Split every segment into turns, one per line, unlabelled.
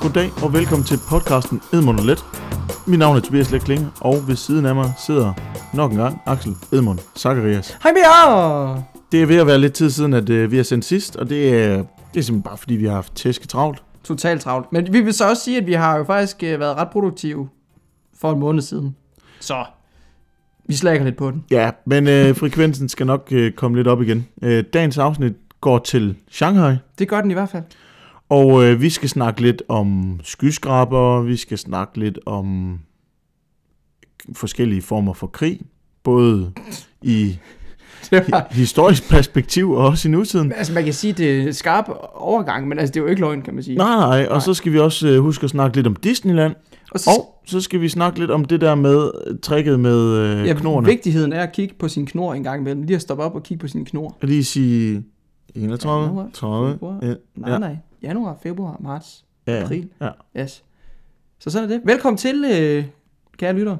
Goddag og velkommen til podcasten Edmund og Let. Mit navn er Tobias Let Klinge, og ved siden af mig sidder nok en gang Axel Edmund Zacharias.
Hej med jer!
Det er ved at være lidt tid siden, at øh, vi har sendt sidst, og det er, det er simpelthen bare fordi, vi har haft tæske travlt.
Totalt travlt. Men vi vil så også sige, at vi har jo faktisk øh, været ret produktive for en måned siden. Så vi slækker lidt på den.
Ja, men øh, frekvensen skal nok øh, komme lidt op igen. Øh, dagens afsnit går til Shanghai,
Det gør den i hvert fald.
og øh, vi skal snakke lidt om skyskraber, vi skal snakke lidt om forskellige former for krig, både i
Det var,
hi- historisk perspektiv og også i nutiden.
altså man kan sige, det er en skarp overgang, men altså det er jo ikke løgn, kan man sige.
Nej, nej, og så skal vi også øh, huske at snakke lidt om Disneyland,
Og så,
og så skal vi snakke lidt om det der med øh, tricket med øh, ja,
ja,
knorene.
vigtigheden er at kigge på sin knor en gang imellem. Lige at stoppe op og kigge på sin knor.
Og lige sige 31,
Januar,
30,
februar.
ja,
Nej,
Ja.
nej. Januar, februar, marts.
ja,
april.
ja.
Yes. Så sådan er det. Velkommen til, øh, kære lytter.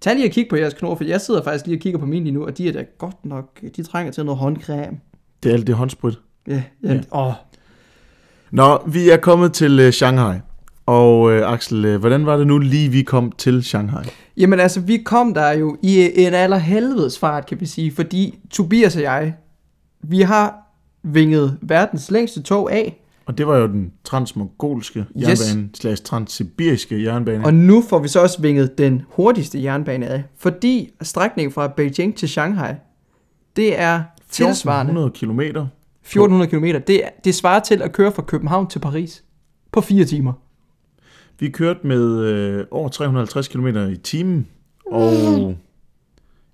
Tag lige og kig på jeres knor, for jeg sidder faktisk lige og kigger på min lige nu, og de er da godt nok, øh, de trænger til noget håndcreme.
Det er alt det håndsprit.
Ja, ja.
Ja.
ja. Åh,
Nå, vi er kommet til øh, Shanghai. Og øh, Axel, øh, hvordan var det nu lige, vi kom til Shanghai?
Jamen altså, vi kom der jo i øh, en allerhelvedes fart, kan vi sige, fordi Tobias og jeg, vi har vinget verdens længste tog af,
Og det var jo den transmongolske jernbane, yes. slags transsibiriske jernbane.
og nu får vi så også vinget den hurtigste jernbane af, fordi strækningen fra Beijing til Shanghai, det er tilsvarende
100 kilometer.
1400 km. Det, er- det svarer til at køre fra København til Paris på fire timer.
Vi kørte med øh, over 350 km i timen, og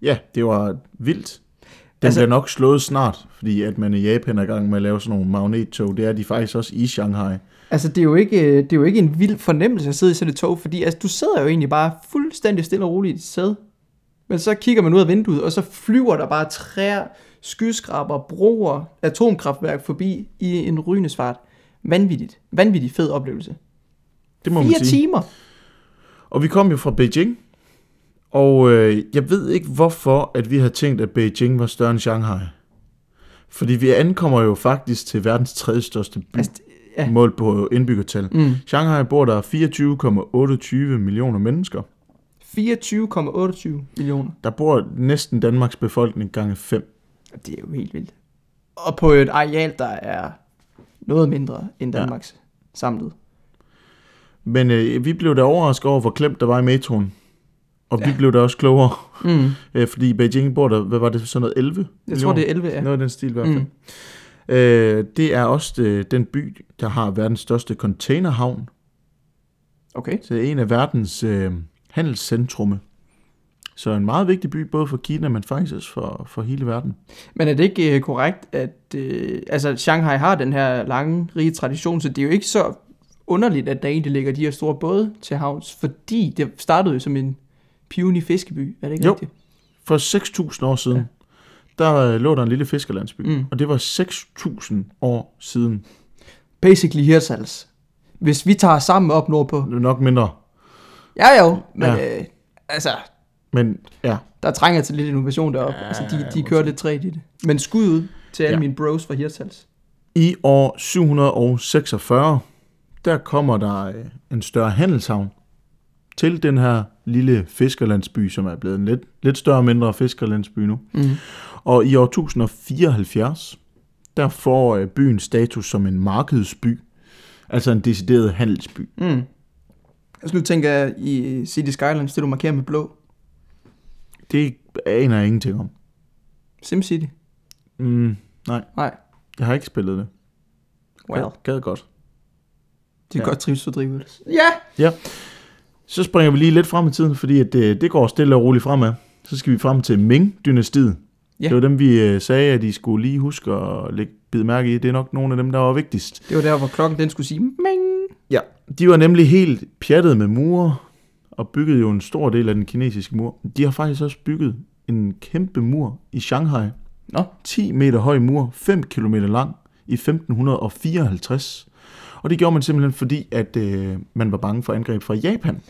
ja, det var vildt. Den altså,
Altså-
bliver nok slået snart, fordi at man i Japan er i gang med at lave sådan nogle magnettog. Det er de faktisk også i Shanghai.
Altså, det er, jo ikke, øh, det er jo ikke en vild fornemmelse at sidde i sådan et tog, fordi altså, du sidder jo egentlig bare fuldstændig stille og roligt i et sæde. Men så kigger man ud af vinduet, og så flyver der bare træer, skyskraber, broer, atomkraftværk forbi i en rygende fart. Vanvittigt. Vanvittig fed oplevelse.
Det må man
Fire
sige.
timer.
Og vi kom jo fra Beijing, og øh, jeg ved ikke hvorfor, at vi havde tænkt, at Beijing var større end Shanghai. Fordi vi ankommer jo faktisk til verdens tredje største by,
Altså,
altså,
det-
ja.
ja.
målt på indbyggertal.
Mm.
Shanghai bor der 24,28 millioner mennesker.
24,28 millioner.
Der bor næsten Danmarks befolkning gange 5.
Det er jo helt vildt. Og på et areal, der er noget mindre end
Ja.
Danmarks ja. samlet.
Men øh, vi blev da overrasket over, hvor klemt der var i metroen. Og ja. vi blev da også klogere,
Mm.
øh, fordi i Beijing bor der, hvad var det, sådan noget 11
Jeg tror, det er 11, ja.
Noget af den stil i hvert fald. Mm. Øh, det er også øh, den by, der har verdens største containerhavn.
Okay.
Så det er en af verdens øh, handelscentrumme. Så en meget vigtig by, både for Kina, men faktisk også for, for hele verden.
Men er det ikke øh, korrekt, at øh, altså, Shanghai har den her lange, rige tradition, så det er jo ikke så underligt, at der egentlig ligger de her store både til havns, fordi det startede jo som en pionig fiskeby, er det ikke
Jo.
rigtigt?
For 6.000 år siden, ja. der øh, lå der en lille fiskerlandsby. Mm.
Mm.
Og det var 6.000 år siden.
Basically hirsals. Hvis vi tager sammen op nordpå.
Nok mindre.
Ja jo, men
Ja.
ja. Øh, altså,
Men ja,
der trænger til lidt innovation deroppe. Ja, altså, de, de kører lidt træt i det. Men skud ud til alle
Ja.
ja. mine bros fra hirsals.
i år 746, der kommer der øh, en større handelshavn til den her lille fiskerlandsby, som er blevet en lidt, lidt større og mindre fiskerlandsby nu.
Mm.
Og i år 1074, der får øh, byen status som en markedsby, altså en decideret handelsby.
Mm. Altså nu tænker jeg i City Skylines, det du markerer med blå.
Det aner jeg ingenting om.
SimCity.
Mm, nej,
Nej.
jeg har ikke spillet det.
Well.
Jeg gad godt.
Det
Ja.
er ja. godt trives for drivhus. Ja!
Så springer vi lige lidt frem i tiden, fordi at øh, det, det går stille og roligt fremad. Så skal vi frem til Ming-dynastiet.
Ja.
Det var dem, vi øh, sagde, at I skulle lige huske at lægge bide mærke i. Det er nok nogle af dem, der var vigtigst.
Det var der, hvor klokken den skulle sige, Ming!
Ja. De var nemlig helt pjattet med mure, og byggede jo en stor del af den kinesiske mur. De har faktisk også bygget en kæmpe mur i Shanghai.
Nå.
10 meter høj mur, 5 km lang, i 1554. Og det gjorde man simpelthen, fordi at øh, man var bange for angreb fra Japan.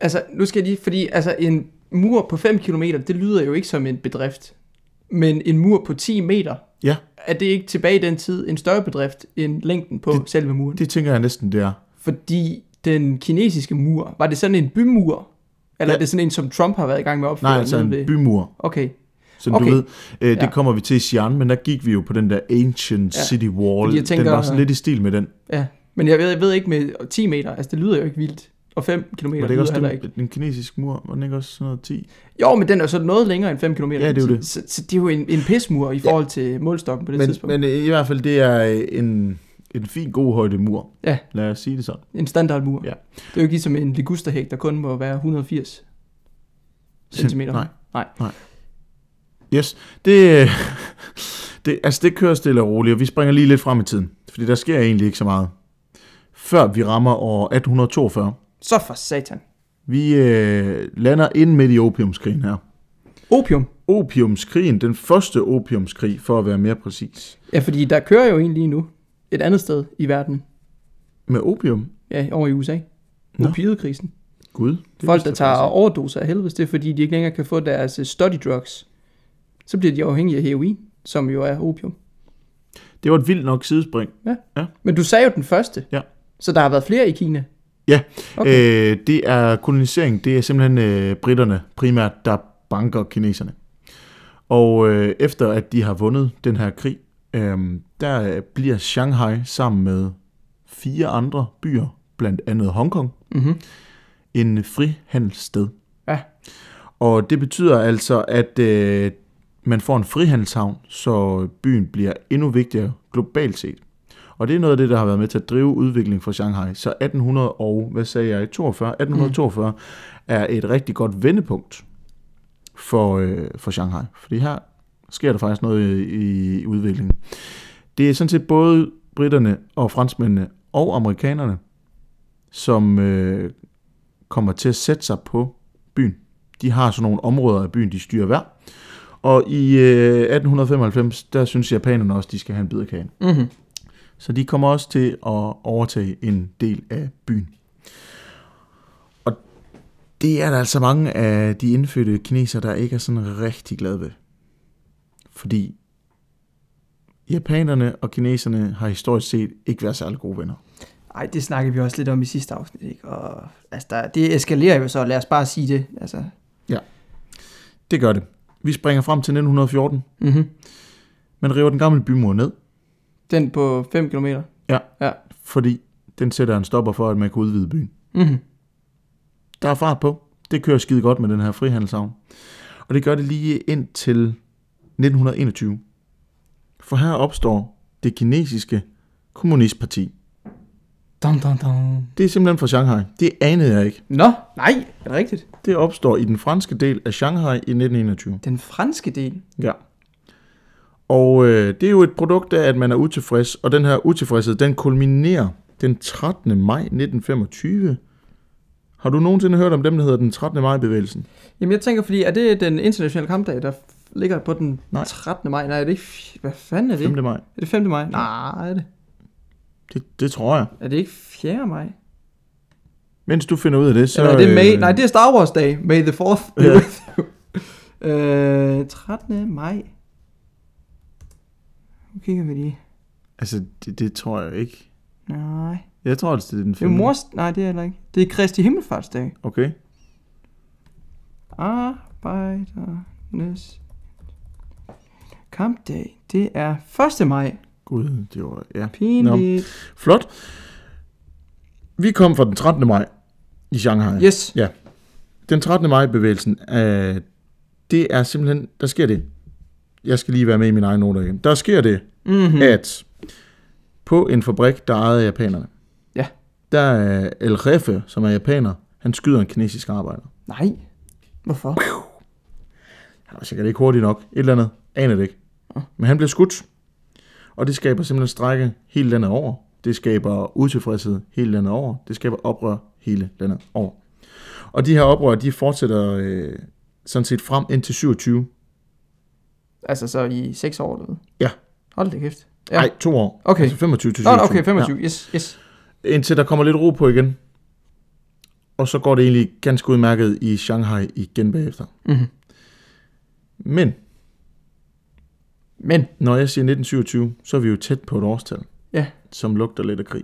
Altså, nu skal jeg lige, fordi altså, en mur på 5 km, det lyder jo ikke som en bedrift. Men en mur på 10 meter,
Ja,
er det ikke tilbage i den tid en større bedrift end længden på det, selve muren? Det,
det tænker jeg næsten, det er.
Fordi den kinesiske mur, var det sådan en bymur?
Ja.
Eller ja. er det sådan en, som Trump har været i gang med at opføre?
Nej, altså en
nede ved-
bymur.
Okay,
Som okay.
Okay.
du ved, øh, det
Ja.
kommer vi til i Xi'an, men der gik vi jo på den der Ancient ja.
Ja.
City Wall.
Fordi jeg tænker-
den var sådan lidt i stil med den.
ja. Men jeg ved, jeg ved ikke med 10 meter, altså det lyder jo ikke vildt. Og 5 km
Var det
lyder
ikke
heller
også
ikke.
den, den kinesiske mur? Var den ikke også sådan noget 10?
Jo, men den er jo så noget længere end 5 km.
Ja, det er jo det.
Så, så det er jo en, en pismur i forhold til målstokken på det
Men,
tidspunkt.
men i hvert fald, det er øh, en, en fin, god højde mur.
Ja.
Lad os sige det sådan.
En standardmur.
Ja.
Det er jo ikke ligesom en ligusterhæk, der kun må være 180 cm.
Nej.
Nej.
Yes, det, øh, det, altså det kører stille og roligt, og vi springer lige lidt frem i tiden, fordi der sker egentlig ikke så meget. Før vi rammer år 1842,
Så for satan.
vi øh, lander ind midt i opiumskrigen her.
Opium.
Opiumskrigen, den første opiumskrig, for at være mere præcis.
Ja, fordi der kører jo en lige nu et andet sted i verden.
Med opium?
Ja, over i USA.
Nå.
Opioidkrisen.
Gud. det
Folk,
vidste
der
jeg
tager
faktisk ikke.
overdoser af helvede, det er fordi, de ikke længere kan få deres øh, study drugs. Så bliver de afhængige af heroin, som jo er opium.
Det var et vildt nok sidespring.
Men du sagde jo den første.
Ja.
Så der har været flere i Kina.
Ja,
Okay.
okay. øh, det er kolonisering. Det er simpelthen øh, britterne primært, der banker kineserne. Og øh, efter at de har vundet den her krig, øh, der øh, bliver Shanghai sammen med fire andre byer, blandt andet Hongkong,
Mm-hmm.
en frihandelssted.
Ja.
Og det betyder altså, at øh, man får en frihandelshavn, så byen bliver endnu vigtigere globalt set. Og det er noget af det, der har været med til at drive udviklingen for Shanghai. Så 1800 og, hvad sagde jeg, 42, 1842 mm. er et rigtig godt vendepunkt for, øh, for Shanghai. Fordi her sker der faktisk noget i, i udviklingen. Det er sådan set både britterne og franskmændene og amerikanerne, som øh, kommer til at sætte sig på byen. De har sådan nogle områder af byen, de styrer hver. Og i øh, 1895, der synes japanerne også, de skal have en bid af kagen.
Mm-hmm.
Så de kommer også til at overtage en del af byen. Og det er der altså mange af de indfødte kinesere, der ikke er sådan rigtig glade ved. Fordi japanerne og kineserne har historisk set ikke været særlig gode venner.
Ej, det snakkede vi også lidt om i sidste afsnit, ikke? Og altså, der, det eskalerer jo så, lad os bare sige det. Altså,
Det gør det. Vi springer frem til 1914.
mm-hmm.
Man river den gamle bymur ned,
Den på 5 km.
fordi den sætter en stopper for, at man kan udvide byen.
Mm-hmm.
Der er fart på. Det kører skide godt med den her frihandelsavn. Og det gør det lige indtil 1921. For her opstår det kinesiske kommunistparti.
Dum, dum, dum.
Det er simpelthen fra Shanghai. Det anede jeg ikke.
Nå, nej, er det rigtigt?
Det opstår i den franske del af Shanghai i 1921.
Den franske del.
Ja. Og øh, det er jo et produkt af, at man er utilfreds, og den her utilfredshed, den kulminerer den 13. maj 1925. Har du nogensinde hørt om dem, der hedder den 13. maj-bevægelsen?
Jamen, jeg tænker, fordi er det den internationale kampdag, der f- ligger på den
Nej.
13. maj? Nej, er det ikke... f- Hvad fanden er det?
5. maj.
Er det 5. maj? Nej, er det,
Det, det tror jeg.
er det ikke 4. maj?
Mens du finder ud af det, så...
Eller er det May?
øh,
Nej, det er Star Wars Day. May the 4th be
Ja.
with you. Øh, 13. maj. Nu kigger vi lige.
Altså, det, det tror jeg ikke.
Nej.
Jeg tror, det er den
Det er
femte.
mors... Nej, det er heller ikke. Det er Kristi Himmelfartsdag.
Okay.
Arbejdernes kampdag. Det er 1. maj.
Gud, det var... Ja.
Pinligt.
Flot. Vi kom fra den 13. maj i Shanghai.
Yes.
Den 13. maj-bevægelsen, øh, det er simpelthen... Der sker det. Jeg skal lige være med i mine egne noter igen. Der sker det,
Mm-hmm.
at på en fabrik, der ejede japanerne,
Ja.
der er El Refe, som er japaner, han skyder en kinesisk arbejder.
Nej. Hvorfor?
Han var sikkert ikke hurtig nok. Et eller andet. Aner det ikke. Men han blev skudt. Og det skaber simpelthen strække hele landet over. Det skaber utilfredshed hele landet over. Det skaber oprør hele landet over. Og de her oprør, de fortsætter øh, sådan set frem indtil 27.
Altså så i 6 år eller hvad?
Ja.
Hold da kæft. Ja.
Nej, to år.
Okay.
Altså 25 til
Nå,
27.
okay, 25. Yes, yes.
Ja. Indtil der kommer lidt ro på igen. Og så går det egentlig ganske udmærket i Shanghai igen bagefter.
Mm-hmm.
Men
Men.
når jeg siger 1927, så er vi jo tæt på et årstal,
Ja.
som lugter lidt af krig.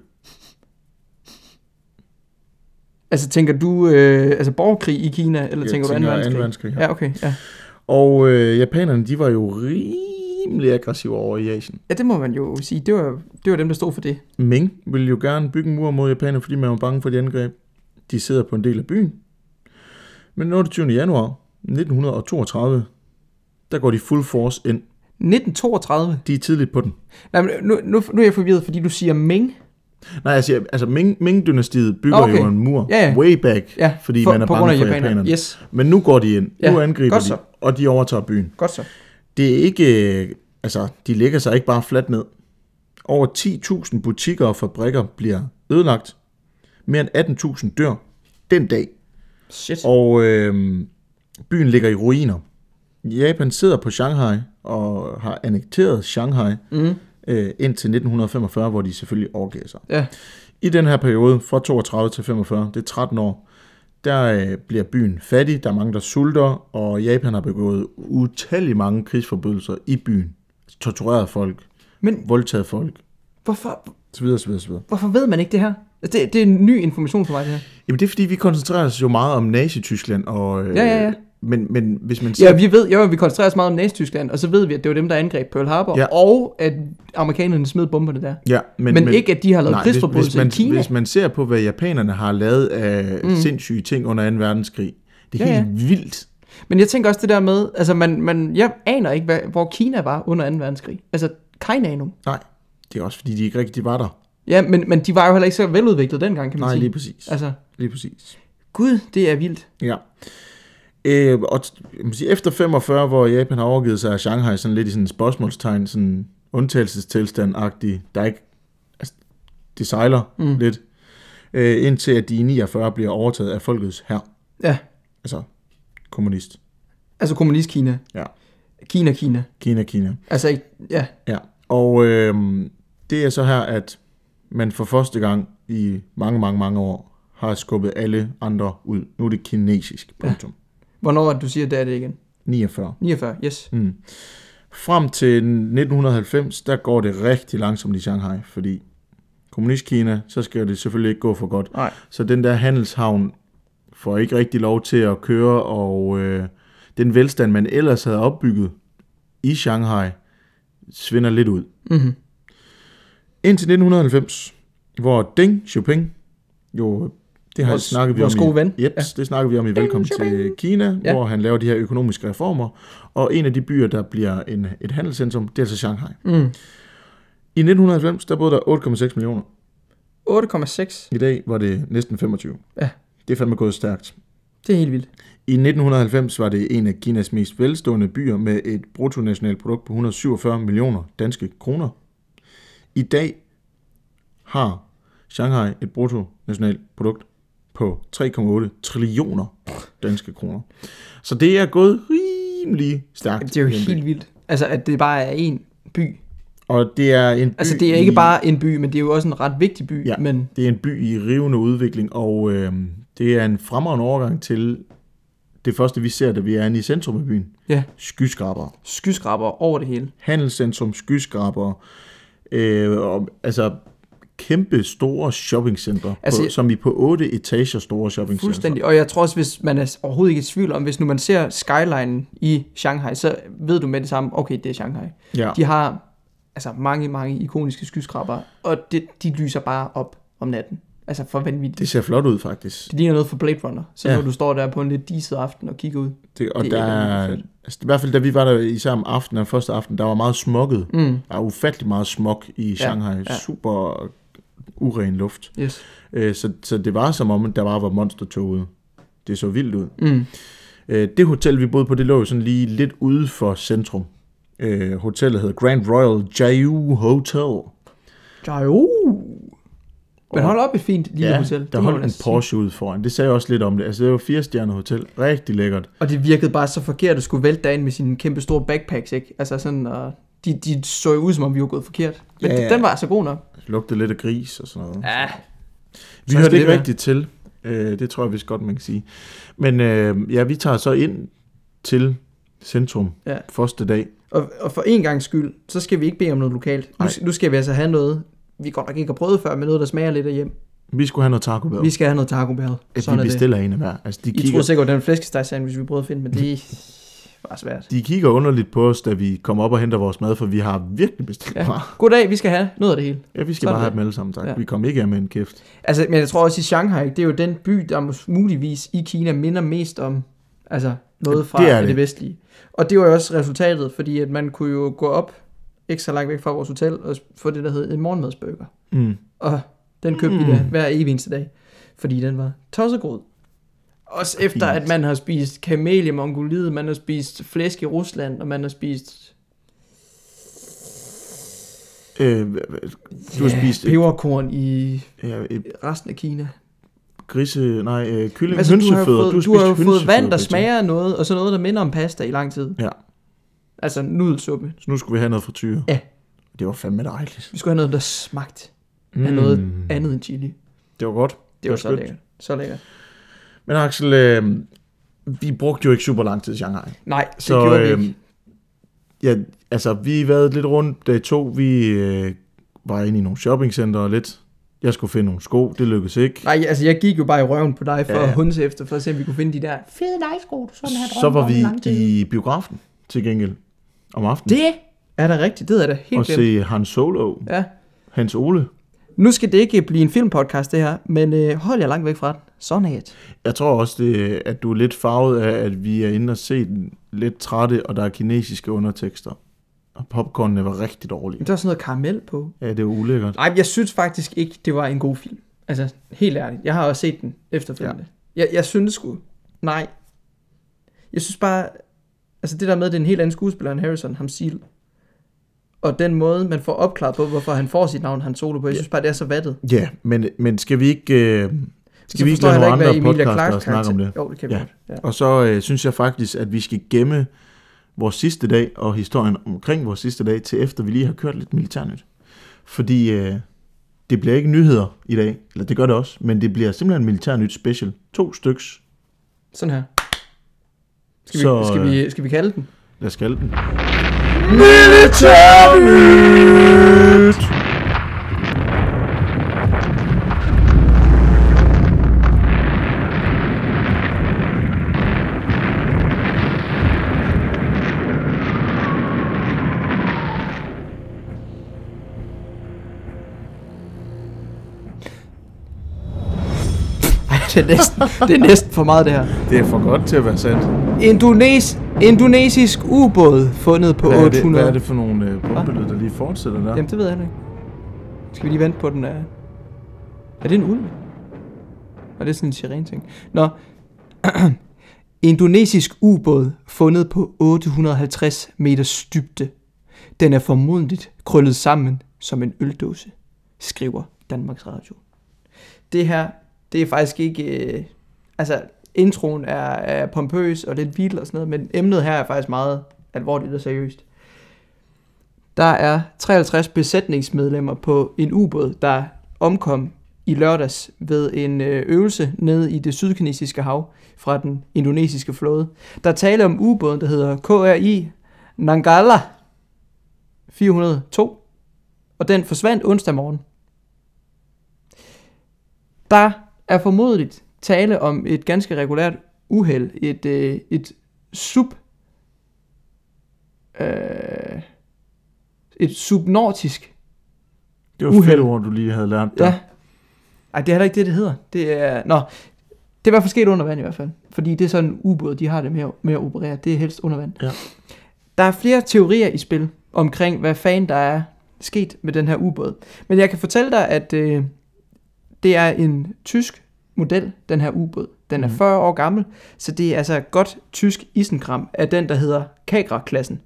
Altså tænker du øh, altså borgerkrig i Kina, eller
Jeg
tænker du anden
tænker anden
verdenskrig?
verdenskrig, ja.
ja. okay. Ja.
Og øh, japanerne, de var jo rimelig aggressive over i Asien.
ja, det må man jo sige. Det var, det var dem, der stod for det.
Ming ville jo gerne bygge en mur mod japanerne, fordi man var bange for de angreb. De sidder på en del af byen. Men den 28. januar 1932, der går de full force ind.
1932.
De er tidligt på den.
Nej, men nu, nu, nu er jeg forvirret, fordi du siger Ming.
Nej, jeg siger, altså Ming, Ming-dynastiet bygger
Okay.
okay. jo en mur
Ja, ja.
way back,
Ja,
fordi
for,
man er
på
bange
grund af
for
japanerne.
japanerne.
Yes,
Men nu går de ind,
Ja,
nu angriber
godt
de,
så.
og de overtager byen.
godt så.
Det er ikke, øh, altså, de lægger sig ikke bare fladt ned. Over 10.000 butikker og fabrikker bliver ødelagt. Mere end 18.000 dør den dag.
Shit.
Og øh, byen ligger i ruiner. Japan sidder på Shanghai og har annekteret Shanghai
Mm.
øh, indtil 1945, hvor de selvfølgelig overgav sig.
Ja.
I den her periode, fra 32 til 45, det er 13 år, der øh, bliver byen fattig, der er mange, der sulter, og Japan har begået utallige mange krigsforbrydelser i byen. Tortureret folk,
Men-
voldtaget folk,
Hvorfor,
så videre, så videre, så videre.
hvorfor ved man ikke det her? Altså, Det, det er en ny information for mig, det her.
Jamen det er fordi, vi koncentrerer os jo meget om Nazi-Tyskland, og, øh,
Ja, ja, ja.
Men, men hvis man
Ja, vi ved, jo, vi koncentrerer os meget om Nazi-Tyskland, og så ved vi, at det var dem, der angreb Pearl Harbor,
Ja.
og at amerikanerne smed bomberne der.
ja
Men, men, ikke, at de har lavet
Nej, hvis, hvis,
krigsforbrydelser i
man,
Kina.
hvis man ser på, hvad japanerne har lavet af mm. sindssyge ting under 2. verdenskrig, det er
Ja,
ja, helt vildt.
Men jeg tænker også det der med, altså man, man, jeg aner ikke, hvad, hvor Kina var under 2. verdenskrig. Altså, kein anum.
Nej, det er også fordi, de ikke rigtig var der.
Ja, men, men de var jo heller ikke så veludviklet dengang, kan man
Nej,
sige.
lige præcis.
Altså,
Lige præcis.
gud, det er vildt.
Ja. Øh, og t- jeg må sige, efter 45, hvor Japan har overgivet sig af Shanghai, sådan lidt i sådan en spørgsmålstegn, sådan undtagelsestilstand-agtig, der er ikke, altså, det sejler mm. lidt, øh, indtil at de i 49 bliver overtaget af folkets her,
Ja,
altså kommunist.
altså kommunist-Kina.
Ja.
Kina-Kina.
Kina, Kina.
Altså, ikke- ja,
Ja. Og øh, det er så her, at man for første gang i mange, mange, mange år har skubbet alle andre ud. Nu er det kinesisk, punktum.
hvornår var det, du siger, det er det igen?
49.
49, yes.
Mm. Frem til 1990, der går det rigtig langsomt i Shanghai, fordi kommunistkina, så skal det selvfølgelig ikke gå for godt.
Nej.
Så den der handelshavn får ikke rigtig lov til at køre, og øh, den velstand, man ellers havde opbygget i Shanghai, svinder lidt ud.
Mm-hmm.
Indtil 1990, hvor Deng Xiaoping, jo, det har
Vores-
snakket vi
vores
om
gode
i,
ven.
Yep, ja. det snakkede vi om i Velkommen til
Xiaoping.
Kina,
Ja.
ja. hvor han laver de her økonomiske reformer, og en af de byer, der bliver en, et handelscentrum, det er altså Shanghai.
Mm.
I 1990, der boede der 8,6 millioner.
8,6.
I dag var det næsten 25.
Ja.
Det er fandme gået stærkt.
Det er helt vildt.
I 1990 var det en af Kinas mest velstående byer med et bruttonationalprodukt på 147 millioner danske kroner. I dag har Shanghai et bruttonationalprodukt på 3,8 trillioner danske kroner. Så det er gået rimelig stærkt.
Det er jo
i den by.
helt vildt. Altså, at det bare er en by.
Og det er en by
Altså, det er ikke
i,
bare en by, men det er jo også en ret vigtig by.
Ja.
Men
Det er en by i rivende udvikling, og øh, det er en fremragende overgang til det første, vi ser, da vi er inde i centrum af byen.
ja,
Skyskrabere.
skyskraber over det hele.
handelscentrum, skyskraber, øh, og, altså kæmpe store shoppingcentre, altså,
Altså,
på, som vi på otte etager store shoppingcentre.
Fuldstændig. Og jeg tror også, hvis man er overhovedet ikke i tvivl om, hvis nu man ser skyline i Shanghai, så ved du med det samme, okay, det er Shanghai.
Ja.
De har altså mange, mange ikoniske skyskraber, og det, de lyser bare op om natten. Altså for vanvittigt. Det,
Det ser flot ud faktisk.
det ligner noget for Blade Runner. Så ja.
Ja.
når du står der på en lidt diset aften og kigger ud.
Det, og
det
det
er
der,
ikke
er,
rigtig
altså, i hvert fald da vi var der især om aftenen, første aften, der var meget smogget.
Mm.
Der er ufattelig meget smog i Shanghai.
ja.
Super uren luft.
Yes.
Øh, så, så det var som om, der bare var monstertog ude. Det så vildt ud.
Mm.
Øh, det hotel, vi boede på, det lå jo sådan lige lidt ude for centrum. Øh, hotellet hedder Grand Royal Jaiu Hotel.
Jo. Men hold op et fint lille hotel.
der
det må
holdt
man
en
altså sige.
Porsche ud foran. Det sagde jeg også lidt om det. Altså, det var fire stjerner hotel. Rigtig lækkert.
Og det virkede bare så forkert at skulle vælte derind med sine kæmpe store backpacks, ikke? Altså sådan, og de, de så jo ud, som om vi var gået forkert. Men
Ja,
ja,
ja.
den var altså god nok.
Lugtede lidt af gris og sådan noget.
Ja.
Vi
Sådan
hørte
skal
ikke
det
rigtigt til. Øh, det tror jeg vist godt, man kan sige. Men øh, ja, vi tager så ind til centrum
Ja.
første dag.
Og, og for en gangs skyld, så skal vi ikke bede om noget lokalt. Nu,
Nej.
nu skal vi altså have noget, vi godt nok ikke har prøvet før, men noget, der smager lidt af hjem.
Vi skulle have noget Taco Bell.
Vi skal have noget Taco Bell.
At de
Sådan er det.
bestiller en af hver. Altså, de
I tror
kigger,
sikkert, den flæskesteg sandwich, vi prøvede at finde, men det var svært.
de kigger underligt på os, da vi kommer op og henter vores mad, for vi har virkelig bestilt
Ja.
ja. meget.
Goddag, vi skal have noget af det hele.
Ja, vi skal
Sådan
bare have
det.
dem alle sammen, tak.
Ja.
Ja. Vi kom ikke af med en kæft.
Altså, men jeg tror også i Shanghai, det er jo den by, der mås- muligvis i Kina minder mest om altså noget fra
Det er
det, det. det
det.
vestlige. Og det var jo også resultatet, fordi at man kunne jo gå op ikke så langt væk fra vores hotel og s- få det, der hed en morgenmadsburger.
Mm.
Og den købte mm. vi
Mm.
da hver evig eneste dag, fordi den var tossegod. Også efter,
Fint.
at man har spist kamel i Mongoliet, man har spist flæsk i Rusland, og man har spist
Øh, du har spist øh,
peberkorn i
ja, øh,
resten af Kina.
grise, nej, øh, kylling,
Altså,
altså,
du har,
hønsefødder.
jo fået,
Du,
du, har jo
spist
fået vand, der
hønsefødder,
smager af noget, og så noget, der minder om pasta i lang tid.
Ja.
Altså nudelsuppe.
Betty. Så nu skulle vi have noget frityre.
Ja.
Det var fandme dejligt.
Vi skulle have noget, der smagte
Mm.
af noget andet end chili.
Det var godt.
Det var
var
så
skønt.
lækkert. Så lækkert.
Men Axel, øh, vi brugte jo ikke super lang tid i Shanghai.
Nej, det så, gjorde
øhm,
vi ikke.
ja, altså, vi været lidt rundt. Dag to, vi øh, var inde i nogle shoppingcenter lidt. Jeg skulle finde nogle sko, det lykkedes ikke.
Nej, altså jeg gik jo bare i røven på dig for
Ja.
at hunse efter, for at se, om vi kunne finde de der.
fede lejesko, du sådan har drømt
Så var
om
vi
i lang tid.
i biografen til gengæld om aftenen.
Det er da rigtigt, det er da
og
helt glemt.
se Han Solo,
Ja.
Hans Ole.
Nu skal det ikke blive en filmpodcast, det her, men øh, hold jer langt væk fra den. Sådan er det.
Jeg tror også, det, at du er lidt farvet af, at vi er inde og se den lidt trætte, og der er kinesiske undertekster. Og popcornene var rigtig dårlige.
Men Der er sådan noget karamel på.
Ja, det er ulækkert.
Nej, jeg synes faktisk ikke, det var en god film. Altså, helt ærligt. Jeg har også set den efterfølgende. Ja. Jeg, jeg synes sgu... Nej. Jeg synes bare... Altså, det der med, at det er en helt anden skuespiller end Harrison, ham Seal. Og den måde, man får opklaret på, hvorfor han får sit navn, han solo på. Jeg synes bare, det er så vattet.
Ja, men, men skal vi ikke, øh,
Så
skal vi ikke
forstår
lade nogle
jeg heller
andre
ikke, hvad Emilia
podcaster og
Clarkes
snakke om det?
karakter- Jo, det kan vi
Ja.
godt. Ja.
Og så øh, synes jeg faktisk, at vi skal gemme vores sidste dag og historien omkring vores sidste dag, til efter vi lige har kørt lidt militærnyt. Fordi øh, det bliver ikke nyheder i dag, eller det gør det også, men det bliver simpelthen militærnyt special. To styks.
Sådan her. Skal vi,
Så,
skal, vi, skal vi kalde den?
Lad os kalde den. Militærnyt!
Ej, det er næsten, det er næsten for meget, det her.
Det er for godt til at være sandt.
Indones, indonesisk ubåd fundet på
Hvad er det,
800.
hvad er det for nogle øh, bombelyde, der lige fortsætter der?
Jamen, det ved jeg heller ikke. Skal vi lige vente på den er... Er det en ulv? Og det er sådan en siren-ting. Nå. Indonesisk ubåd fundet på 850 meters dybde. Den er formodentligt krøllet sammen som en øldåse, skriver Danmarks Radio. Det her, det er faktisk ikke... Øh, altså, introen er, er pompøs og lidt vild og sådan noget, men emnet her er faktisk meget alvorligt og seriøst. Der er 53 besætningsmedlemmer på en ubåd, der omkom i lørdags ved en øh, øvelse nede i det sydkinesiske hav fra den indonesiske flåde. Der taler om ubåden, der hedder KRI Nangala 402, og den forsvandt onsdag morgen. Der er formodeligt tale om et ganske regulært uheld, et, øh, et sub... Øh, et subnordisk.
Det var
Uheld.
fedt ord, du lige havde lært der.
Ja. Ej, det er heller ikke det, det hedder. Det er... Nå, det er i hvert fald sket under vand i hvert fald. Fordi det er sådan ubåd, de har det med at, med at operere. Det er helst under vand.
Ja.
Der er flere teorier i spil omkring, hvad fanden der er sket med den her ubåd. Men jeg kan fortælle dig, at øh, det er en tysk model, den her ubåd. Den er 40 år gammel, så det er altså godt tysk isenkram af den, der hedder Kagra-klassen.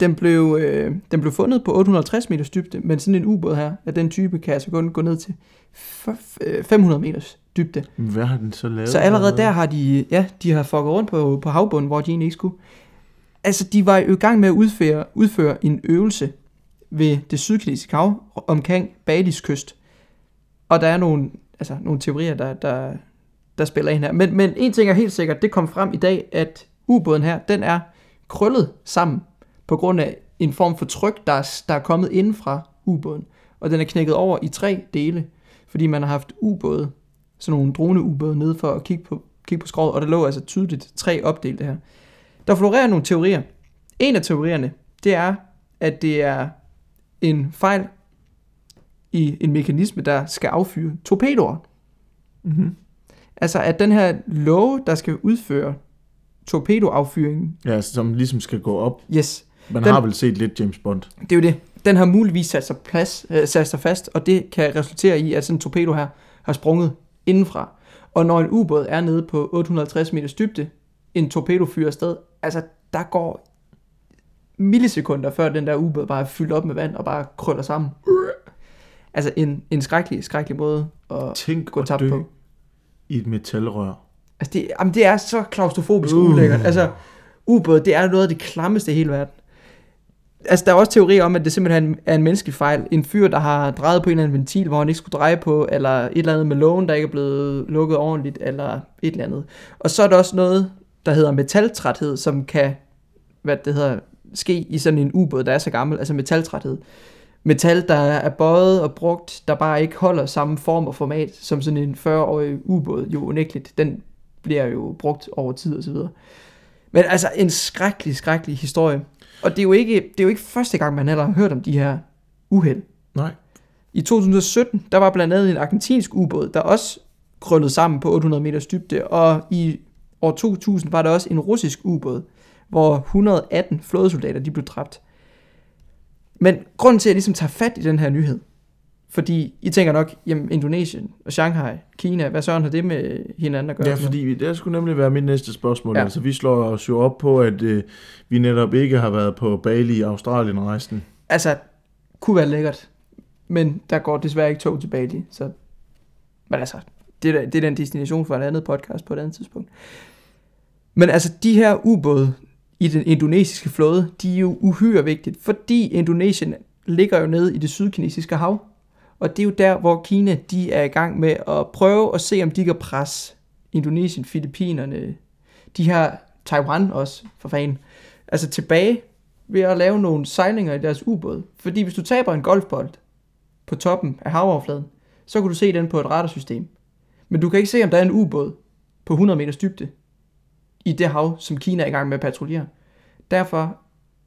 Den blev, øh, den blev fundet på 850 meters dybde, men sådan en ubåd her, af den type, kan altså kun gå ned til f- øh, 500 meters dybde.
Men Hvad har den så lavet?
Så allerede
dernede?
der har de, ja, de har fucket rundt på, på havbunden, hvor de egentlig ikke skulle. Altså, de var jo i gang med at udføre, udføre en øvelse ved det sydkinesiske hav omkring Balis kyst. Og der er nogle, altså, nogle teorier, der, der, der spiller ind her. Men, men en ting er helt sikkert, det kom frem i dag, at ubåden her, den er krøllet sammen på grund af en form for tryk, der er, der er kommet inden fra ubåden. Og den er knækket over i tre dele. fordi man har haft ubåde, sådan nogle droneubåde nede for at kigge på, kigge på skroget, og der lå altså tydeligt tre opdelte her. Der florerer nogle teorier. En af teorierne, det er, at det er en fejl i en mekanisme, der skal affyre torpedoer.
Mm-hmm.
Altså at den her låge, der skal udføre torpedoaffyringen,
Ja, som ligesom skal gå op.
yes,
Man
Den-
har vel set lidt James Bond.
det er jo det. Den har muligvis sat sig, plads, øh, sat sig fast, og det kan resultere i, at sådan en torpedo her har sprunget indenfra. Og når en ubåd er nede på 850 meters dybde, en torpedo fyrer afsted, altså der går millisekunder før den der ubåd bare er fyldt op med vand og bare krøller sammen. Altså en, en skrækkelig, skrækkelig måde at
Tænk
gå
at
tabt
dø
på.
i et metalrør.
Altså, det, jamen, det er så klaustrofobisk uh.
Uh.
ulækkert. Altså, ubåd, det er noget af det klammeste i hele verden. Altså, der er også teorier om, at det simpelthen er en menneskelig fejl. En fyr, der har drejet på en eller anden ventil, hvor han ikke skulle dreje på, eller et eller andet med lågen, der ikke er blevet lukket ordentligt, eller et eller andet. Og så er der også noget, der hedder metaltræthed, som kan, hvad det hedder, ske i sådan en ubåd, der er så gammel, altså metaltræthed. Metal, der er bøjet og brugt, der bare ikke holder samme form og format, som sådan en 40-årig ubåd jo unægteligt. Den bliver jo brugt over tid og så videre. Men altså en skrækkelig, skrækkelig historie. Og det er jo ikke, det er jo ikke første gang, man heller har hørt om de her uheld.
Nej.
I 2017, der var blandt andet en argentinsk ubåd, der også krøllede sammen på 800 meters dybde, og i år 2000 var der også en russisk ubåd, hvor 118 flådesoldater de blev dræbt. Men grunden til, at jeg ligesom tager fat i den her nyhed, fordi I tænker nok, jamen Indonesien og Shanghai, Kina, hvad søren har det med hinanden at gøre?
Ja, fordi det skulle nemlig være mit næste spørgsmål.
Ja.
Ja. Altså, vi slår os jo op på, at øh, vi netop ikke har været på Bali i Australien rejsen.
altså, kunne være lækkert, men der går desværre ikke tog til Bali, så... Men altså, det er, da- det er den destination for et andet podcast på et andet tidspunkt. Men altså, de her ubåde i den indonesiske flåde, de er jo uhyre vigtigt, fordi Indonesien ligger jo nede i det sydkinesiske hav, og det er jo der, hvor Kina de er i gang med at prøve at se, om de kan presse Indonesien, Filippinerne, de her Taiwan også, for fanden, altså tilbage ved at lave nogle sejlinger i deres ubåd. Fordi hvis du taber en golfbold på toppen af havoverfladen, så kan du se den på et radarsystem. Men du kan ikke se, om der er en ubåd på 100 meters dybde i det hav, som Kina er i gang med at patruljere. Derfor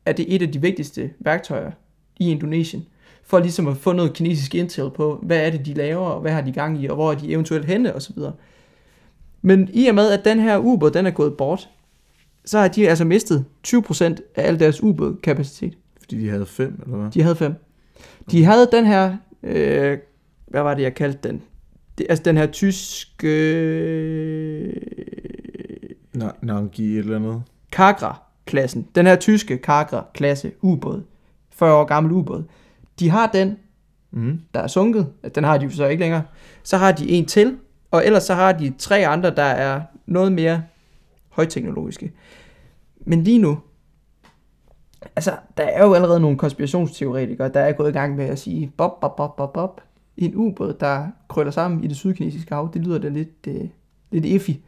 er det et af de vigtigste værktøjer i Indonesien, for ligesom at få noget kinesisk intel på, hvad er det, de laver, og hvad har de gang i, og hvor er de eventuelt henne, osv. Men i og med, at den her ubåd, den er gået bort, så har de altså mistet 20% af al deres ubådkapacitet.
Fordi de havde fem, eller hvad?
De havde fem. De havde den her, øh, hvad var det, jeg kaldte den? Det, altså den her tyske øh,
Nej, Nangi et eller andet.
Kagra-klassen. Den her tyske Kagra-klasse ubåd. 40 år gammel ubåd. De har den,
Mm.
der er sunket. Den har de jo så ikke længere. Så har de en til, og ellers så har de tre andre, der er noget mere højteknologiske. Men lige nu, altså, der er jo allerede nogle konspirationsteoretikere, der er gået i gang med at sige, bob, bob, bob, bob, bob, en ubåd, der krøller sammen i det sydkinesiske hav, det lyder da lidt, øh, lidt effig.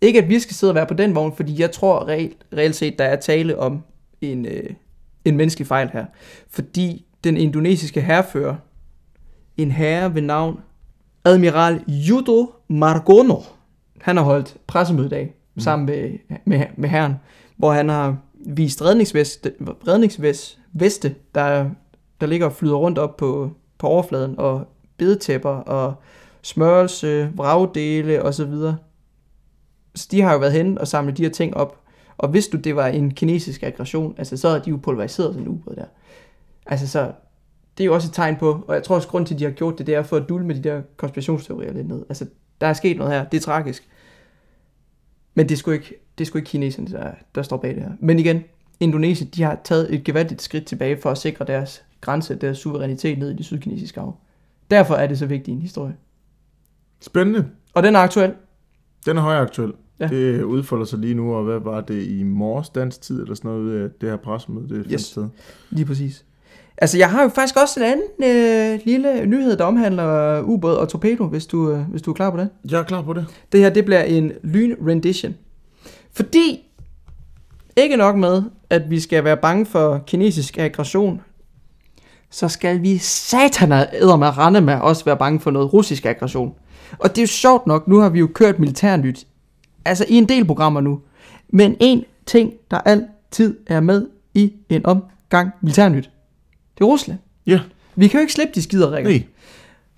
Ikke at vi skal sidde og være på den vogn, fordi jeg tror reelt, reelt set, der er tale om en, øh, en menneskelig fejl her. Fordi den indonesiske herrefører, en herre ved navn Admiral Yudo Margono, han har holdt pressemøde i dag mm. sammen med, med, med herren, hvor han har vist redningsveste, redningsveste der, der ligger og flyder rundt op på, på overfladen, og bedetæpper og smørelse, vragdele og Så, videre. så de har jo været henne og samlet de her ting op. Og hvis du, det var en kinesisk aggression, altså så er de jo pulveriseret sådan en ubåd der. Altså så, det er jo også et tegn på, og jeg tror også, grund til, at de har gjort det, det er for at dulme de der konspirationsteorier lidt ned. Altså, der er sket noget her, det er tragisk. Men det er sgu ikke, det er sgu ikke kineserne, der, der står bag det her. Men igen, Indonesien, de har taget et gevaldigt skridt tilbage for at sikre deres grænse, deres suverænitet ned i det sydkinesiske hav. Derfor er det så vigtig en historie.
Spændende.
Og den er aktuel.
Den er højaktuel.
Ja.
Ja. Det udfolder sig lige nu, og hvad var det i morges dansk tid, eller sådan noget, øh, det her pressemøde, det fandt
Yes.
sted?
Lige præcis. Altså, jeg har jo faktisk også en anden øh, lille nyhed, der omhandler ubåd og torpedo, hvis du, øh, hvis du er klar på det.
Jeg er klar på det.
Det her, det bliver en lyn-rendition. Fordi, ikke nok med, at vi skal være bange for kinesisk aggression, så skal vi sataner æder med rende med også være bange for noget russisk aggression. Og det er jo sjovt nok, nu har vi jo kørt militærnyt, altså i en del programmer nu. Men en ting, der altid er med i en omgang militærnyt, det er Rusland.
Ja,
Vi kan jo ikke slippe de skider, Rikke.
nej,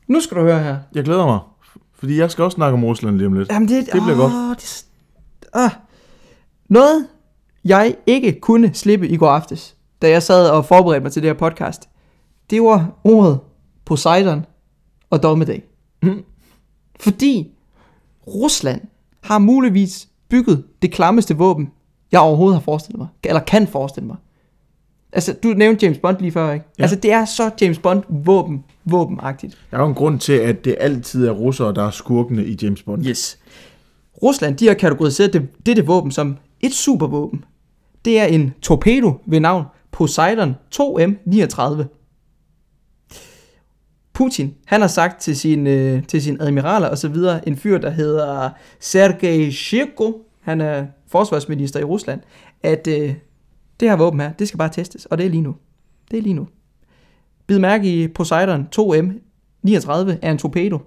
Nu skal du høre her.
jeg glæder mig. Fordi jeg skal også snakke om Rusland lige om lidt.
Jamen det,
Det bliver
godt. Det, ah. Noget, jeg ikke kunne slippe i går aftes, da jeg sad og forberedte mig til det her podcast, det var ordet Poseidon og dommedag.
Mm.
Fordi Rusland har muligvis bygget det klammeste våben, jeg overhovedet har forestillet mig, eller kan forestille mig. Altså, du nævnte James Bond lige før, ikke?
Ja.
Ja. Altså, det er så James Bond våben, våbenagtigt.
Der er jo en grund til, at det altid er russere, der er skurkene i James Bond.
Yes. Rusland, de har kategoriseret det, dette våben som et supervåben. Det er en torpedo ved navn Poseidon 2M39. Putin, han har sagt til sine, øh, til sine admiraler og så videre, en fyr, der hedder Sergej Shirko, han er forsvarsminister i Rusland, at øh, det her våben her, det skal bare testes, og det er lige nu. Det er lige nu. Bid mærke i Poseidon 2M39 er en torpedo.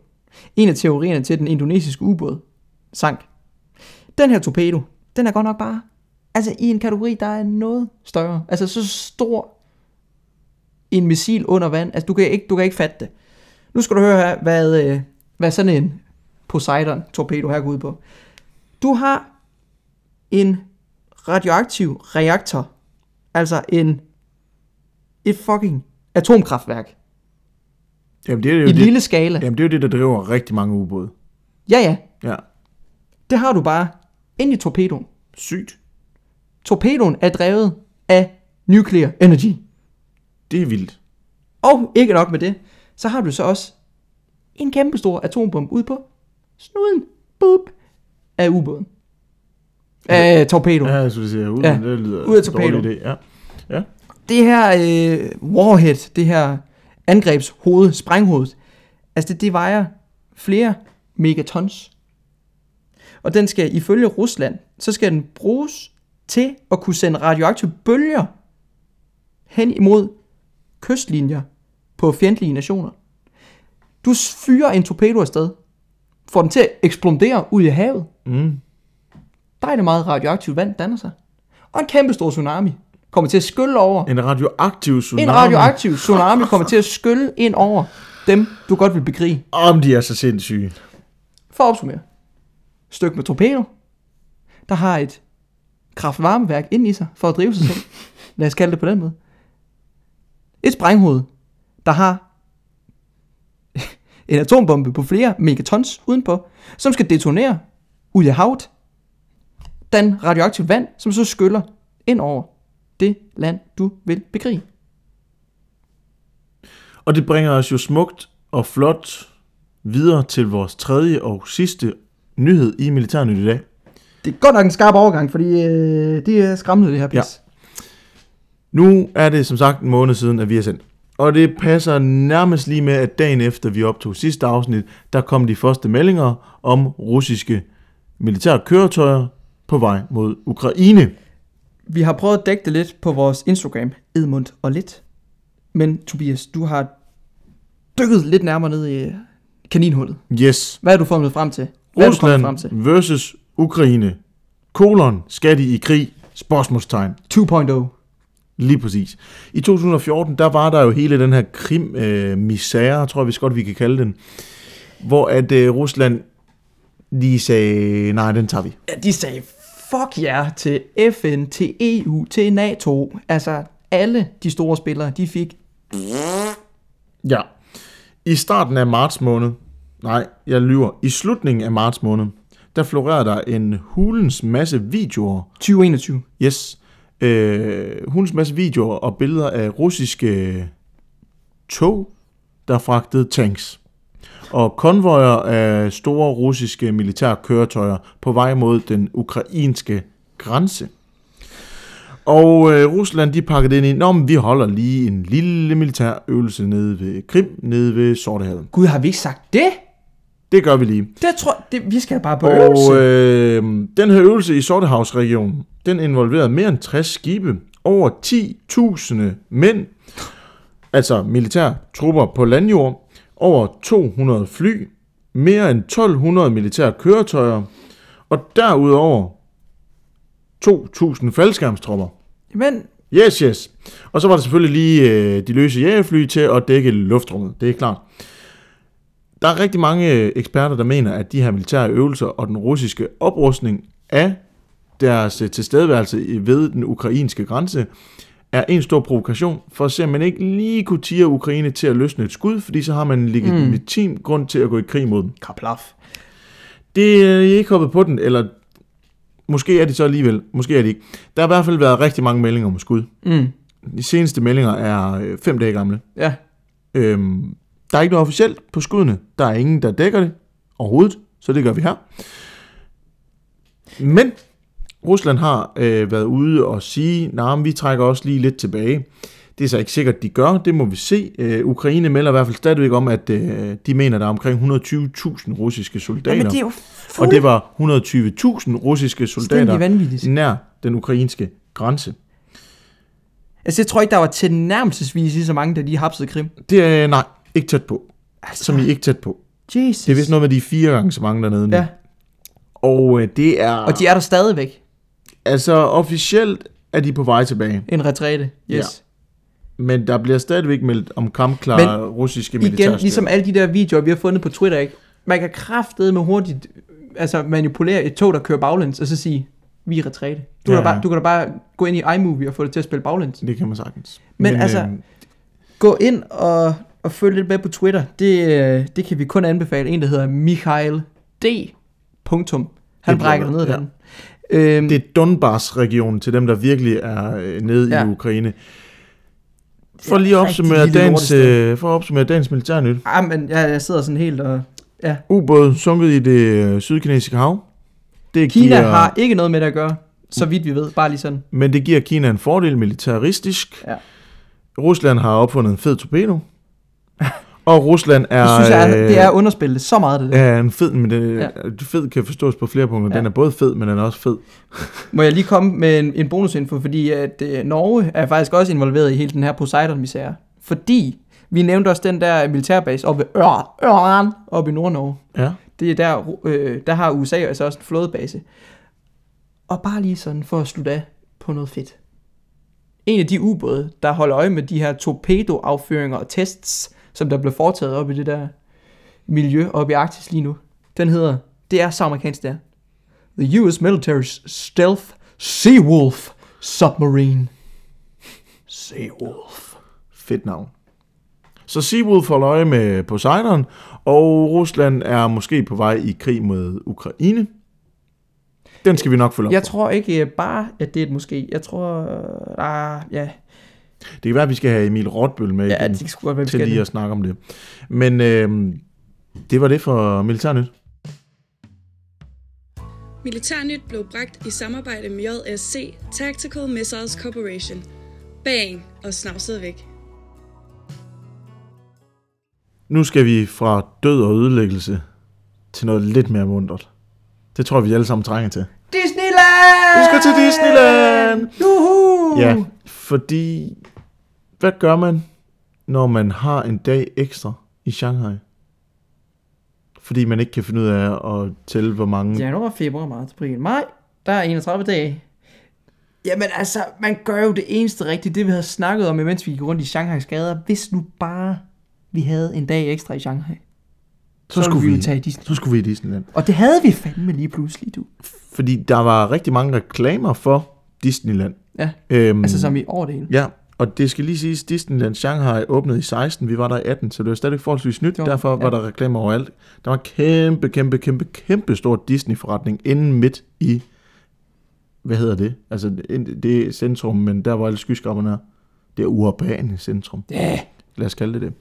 En af teorierne til at den indonesiske ubåd sank. Den her torpedo, den er godt nok bare altså i en kategori, der er noget større. Altså så stor en missil under vand. Altså du kan ikke, du kan ikke fatte det. Nu skal du høre her, hvad, øh, hvad sådan en Poseidon torpedo her går ud på. Du har en radioaktiv reaktor, altså en et fucking atomkraftværk
Jamen, det er jo
i
det,
lille skala.
jamen, det, er jo det der driver rigtig mange ubåde.
Ja, ja,
Ja,
det har du bare ind i torpedoen.
sygt.
Torpedoen er drevet af nuclear energy.
Det er vildt.
Og ikke nok med det, så har du så også en kæmpe stor atombombe ud på snuden boop, af ubåden. Af torpedoen.
Ja, så det ser ud.
Ja,
Ja. Det lyder
ud af
en dårlig
torpedoen.
idé, Ja. ja.
det her øh, warhead, det her angrebshoved, sprænghovedet, altså det, det vejer flere megatons. Og den skal ifølge Rusland, så skal den bruges til at kunne sende radioaktive bølger hen imod kystlinjer på fjendtlige nationer. Du fyrer en torpedo afsted, får den til at eksplodere ud i havet,
Mm.
der er det meget radioaktivt vand danner sig. Og en kæmpe stor tsunami kommer til at skylle over
En radioaktiv tsunami.
en radioaktiv tsunami kommer til at skylle ind over dem, du godt vil bekrige.
Om de er så sindssyge.
For at opsummere. Stykke med torpedo, der har et kraftvarmeværk ind i sig for at drive sig selv. Lad os kalde det på den måde. Et sprænghoved, der har en atombombe på flere megatons udenpå, som skal detonere ud i havet, den radioaktivt vand, som så skyller ind over det land, du vil bekrige.
Og det bringer os jo smukt og flot videre til vores tredje og sidste nyhed i Militærnyt i dag.
Det er godt nok en skarp overgang, fordi øh, det er skræmmende, det her pis.
Nu er det som sagt en måned siden, at vi har sendt. Og det passer nærmest lige med, at dagen efter vi optog sidste afsnit, der kom de første meldinger om russiske militære køretøjer på vej mod Ukraine.
Vi har prøvet at dække det lidt på vores Instagram, Edmund og lidt. Men Tobias, du har dykket lidt nærmere ned i øh, kaninhullet.
Yes,
Hvad er du fundet frem til? Hvad er du kommet frem til?
Rusland versus Ukraine. Kolon, skal de i krig? Spørgsmålstegn.
2.0.
Lige præcis. I 2014, der var der jo hele den her krim-misære, tror jeg vist godt, vi kan kalde den, hvor at øh, Rusland lige sagde, nej, den tager vi.
Ja, de sagde fuck jer yeah, til FN, til EU, til NATO. Altså, alle de store spillere, de fik...
Ja. I starten af marts måned, nej, jeg lyver, i slutningen af marts måned, der florerede der en hulens masse videoer
2021.
Yes. Øh, hunds masse videoer og billeder af russiske tog, der fragtede tanks. Og konvojer af store russiske militære køretøjer på vej mod den ukrainske grænse. Og øh, Rusland de pakkede det ind i, Nå, men vi holder lige en lille militær øvelse nede ved Krim, nede ved Sortehavet.
Gud, har vi ikke sagt det?
Det gør vi lige.
Det tror det, vi skal bare på øvelse.
Og øh, den her øvelse i Sortehavsregionen, den involverede mere end 60 skibe, over 10.000 mænd, altså militære trupper på landjord, over 200 fly, mere end 1200 militære køretøjer, og derudover 2000 faldskærmstropper.
Jamen,
Yes, yes. Og så var der selvfølgelig lige øh, de løse jægerfly til at dække luftrummet, det er klart. Der er rigtig mange øh, eksperter, der mener, at de her militære øvelser og den russiske oprustning af deres øh, tilstedeværelse i- ved den ukrainske grænse er en stor provokation, for at se, om man ikke lige kunne tire Ukraine til at løsne et skud, fordi så har man en legitim mm. grund til at gå i krig mod dem.
kaplaf.
Det er I er ikke hoppet på den, eller måske er de så alligevel, måske er de ikke. Der har i hvert fald været rigtig mange meldinger om skud.
Mm.
De seneste meldinger er øh, fem dage gamle.
Ja,
Øhm, der er ikke noget officielt på skuddene. Der er ingen, der dækker det overhovedet, så det gør vi her. Men Rusland har øh, været ude og sige, nej, nah, vi trækker også lige lidt tilbage. Det er så ikke sikkert, de gør. Det må vi se. Øh, Ukraine melder i hvert fald stadigvæk om, at øh, de mener, der er omkring 120.000 russiske soldater.
Jamen, det er jo
Og det var 120.000 russiske
fuldstændig
soldater
vanvittigt.
nær den ukrainske grænse.
Altså, jeg tror ikke, der var tilnærmelsesvis lige så mange, der lige hapsede Krim.
Det er, øh, nej, ikke tæt på.
Altså,
Som I er ikke tæt på.
Jesus.
Det er vist noget med, de er fire gange så mange dernede nu.
Ja,
Og øh, det er...
og de er der stadigvæk.
Altså, officielt er de på vej tilbage.
En retræte, yes. Ja.
Men der bliver stadigvæk meldt om kampklare men, russiske
Igen,
militærstyrker.
ligesom alle de der videoer, vi har fundet på Twitter, ikke? Man kan kraftede med hurtigt øh, altså manipulere et tog, der kører baglæns, og så sige, vi er retræte. Du,
Ja,
ja. kan da
ja.
bare, du kan da bare gå ind i iMovie og få det til at spille baglæns.
Det kan man sagtens.
Men altså-
øh,
Gå ind og, og følg lidt med på Twitter. Det, øh, det kan vi kun anbefale. En, der hedder Michael D. Punktum. Han
Det
brækker
bliver-
ned
ja.
ja. den. Øhm,
det er Donbass-regionen til dem, der virkelig er øh, nede ja.
Ja.
i Ukraine. For lige at
rigtig
opsummere
lille
dagens, øh, for at opsummere dagens militærnyt.
Ah, men jeg, jeg sidder sådan helt og... Ja.
Ubåd sunket i det øh, sydkinesiske hav. Det
Kina
giver,
har ikke noget med det at gøre, så vidt vi ved. Bare lige sådan.
Men det giver Kina en fordel militaristisk.
Ja.
Rusland har opfundet en fed torpedo. Og Rusland er...
Det synes jeg, er,
øh,
det er underspillet så meget, det der.
Ja, en fed, men den, ja.
Ja.
fed kan forstås på flere punkter. Ja. Den
Ja.
er både fed, men den er også fed.
Må jeg lige komme med en, en bonusinfo, fordi at øh, Norge er faktisk også involveret i hele den her Poseidon-misære. Fordi vi nævnte også den der militærbase oppe ved Ør, Øren, oppe i Nord-Norge.
Ja.
Det er der, øh, der har USA altså også en flådebase. Og bare lige sådan for at slutte af på noget fedt. En af de ubåde, der holder øje med de her torpedoaffyringer og tests, som der blev foretaget op i det der miljø oppe i Arktis lige nu, den hedder, det er så amerikansk der, The US Military's Stealth Seawolf Submarine. Seawolf.
Fedt navn. Så Seawolf holder øje med Poseidon, og Rusland er måske på vej i krig mod Ukraine. Den skal vi nok følge op
Jeg
på.
tror ikke øh, bare, at det er et måske. Jeg tror, øh, ah, ja,
Det kan være, at vi skal have Emil Rotbøl med
ja,
igen,
det skulle godt være, vi
til
skal
lige at snakke om det. Men øh, det var det for Militærnyt.
Militærnyt blev bragt i samarbejde med JSC Tactical Missiles Corporation. Bang! Og snavset væk.
Nu skal vi fra død og ødelæggelse til noget lidt mere mundret. Det tror jeg, vi alle sammen trænger til.
Disneyland!
Vi skal til Disneyland!
Juhu!
Ja, fordi hvad gør man, når man har en dag ekstra i Shanghai? Fordi man ikke kan finde ud af at tælle, hvor mange... Ja.
Januar, februar, marts, april, maj. Der er 31 dage. Jamen altså, man gør jo det eneste rigtige, det vi havde snakket om, imens vi gik rundt i Shanghai's gader. Hvis nu bare vi havde en dag ekstra i Shanghai,
Så,
ville
skulle vi,
jo tage i Disney.
så skulle vi i Disneyland.
Og det havde vi fandme lige pludselig, du.
Fordi der var rigtig mange reklamer for Disneyland.
Ja,
Øhm,
altså som i over det hele.
Ja, og det skal lige siges, Disneyland Shanghai åbnede i 16, vi var der i 18, så det var stadig forholdsvis nyt,
Jo,
derfor var
ja.
der reklamer overalt. Der var en kæmpe, kæmpe, kæmpe, kæmpe stor Disney-forretning inde midt i, hvad hedder det? Altså, ind- det er centrum, men der hvor alle skyskraberne er. Det er urbane centrum.
Ja.
Lad os kalde det det.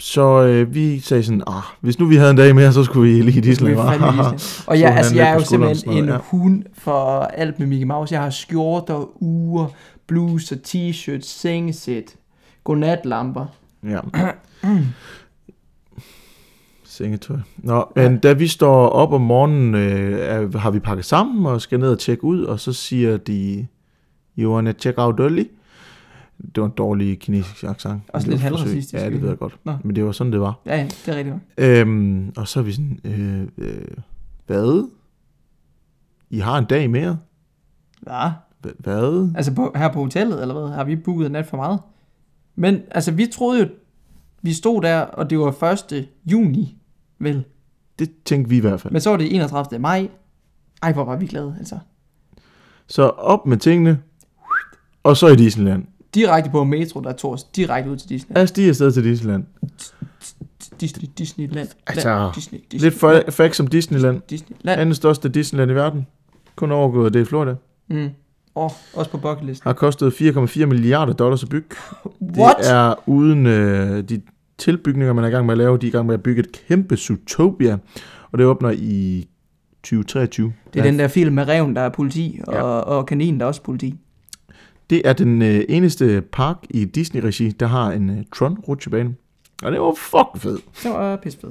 Så øh, vi sagde sådan, ah, hvis nu vi havde en dag mere, så skulle vi lige i
Vi
Disney.
er
hva?"
fandme i Disney. Og
Slog
jeg,
han
altså,
lidt
jeg er
på
jo
skulderen og
simpelthen
sådan
en
noget,
hund for alt med Mickey Mouse. Jeg har skjorter, uger, bluser, t-shirts, sengesæt, godnatlamper.
Ja. Sengetøj. Nå, men da vi står op om morgenen, øh, er- har vi pakket sammen og skal ned og tjekke ud, og så siger de, you wanna check out early? Det var en dårlig kinesisk accent.
Også
Det
lidt
var et forsøg.
halvracistisk,
Ja, det
ikke?
ved jeg godt.
Nå.
Men det var sådan, det var.
Ja, ja, det er rigtigt. nok.
Øhm, og så er vi sådan, øh, øh, hvad? I har en dag mere?
Ja.
Hva- Hvad?
Altså på, her på hotellet, eller hvad? Har vi booket en nat for meget? Men altså, vi troede jo, vi stod der, og det var 1. juni, vel?
Det tænkte vi i hvert fald.
Men så var det 31. maj. Ej, hvor var vi glade, altså.
Så op med tingene, og så i Disneyland.
Direkte på metro, der tog os direkte ud til Disneyland.
Lad os lige afsted til Disneyland.
Disney, Disneyland.
Altså,
land, Disney, Disney,
Lidt fa- facts om Disneyland.
Disneyland.
Andet største Disneyland i verden. Kun overgået af det i Florida.
Mm. Og også på bucketlisten.
Har kostet 4,4 milliarder dollars at bygge.
What?
Det er uden øh, de tilbygninger, man er i gang med at lave. De er i gang med at bygge et kæmpe Zootopia. Og det åbner i 2023.
Det er den der film med reven, der er politi, og,
Ja.
ja. og kaninen, der er også politi.
Det er den øh, eneste park i Disney-regi, der har en øh, Tron-rutsjebane. Og det var fucking fedt.
Det var øh, pissefed.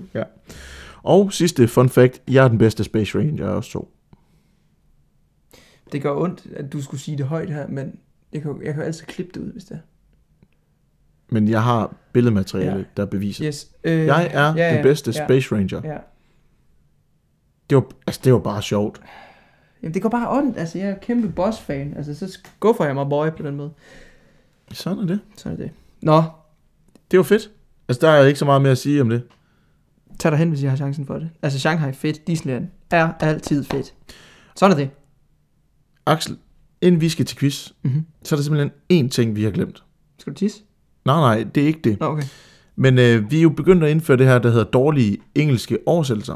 Og sidste fun fact. Jeg er den bedste Space Ranger af os to.
Det gør ondt, at du skulle sige det højt her, men jeg kan, jo- jeg kan jo altid klippe det ud, hvis det er.
Men jeg har billedmateriale,
Ja.
der beviser det.
Yes. Øh,
Jeg er
ja,
den
ja,
bedste
ja,
Space Ranger.
Ja.
Det var, altså, det var bare sjovt.
Jamen, det går bare ondt. Altså, jeg er kæmpe boss-fan. Altså, så skuffer jeg mig boy på den måde.
Sådan er det.
Sådan er det. Nå,
Det var fedt. Altså, der er ikke så meget mere at sige om det.
tag dig hen, hvis jeg har chancen for det. Altså, Shanghai er fedt. Disneyland er altid fedt. Sådan er det.
Axel, inden vi skal til quiz,
Mhm.
så er der simpelthen én ting, vi har glemt.
Skal du tisse?
Nej, nej, det er ikke det.
Nå, okay.
Men øh, vi er jo begyndt at indføre det her, der hedder dårlige engelske oversættelser.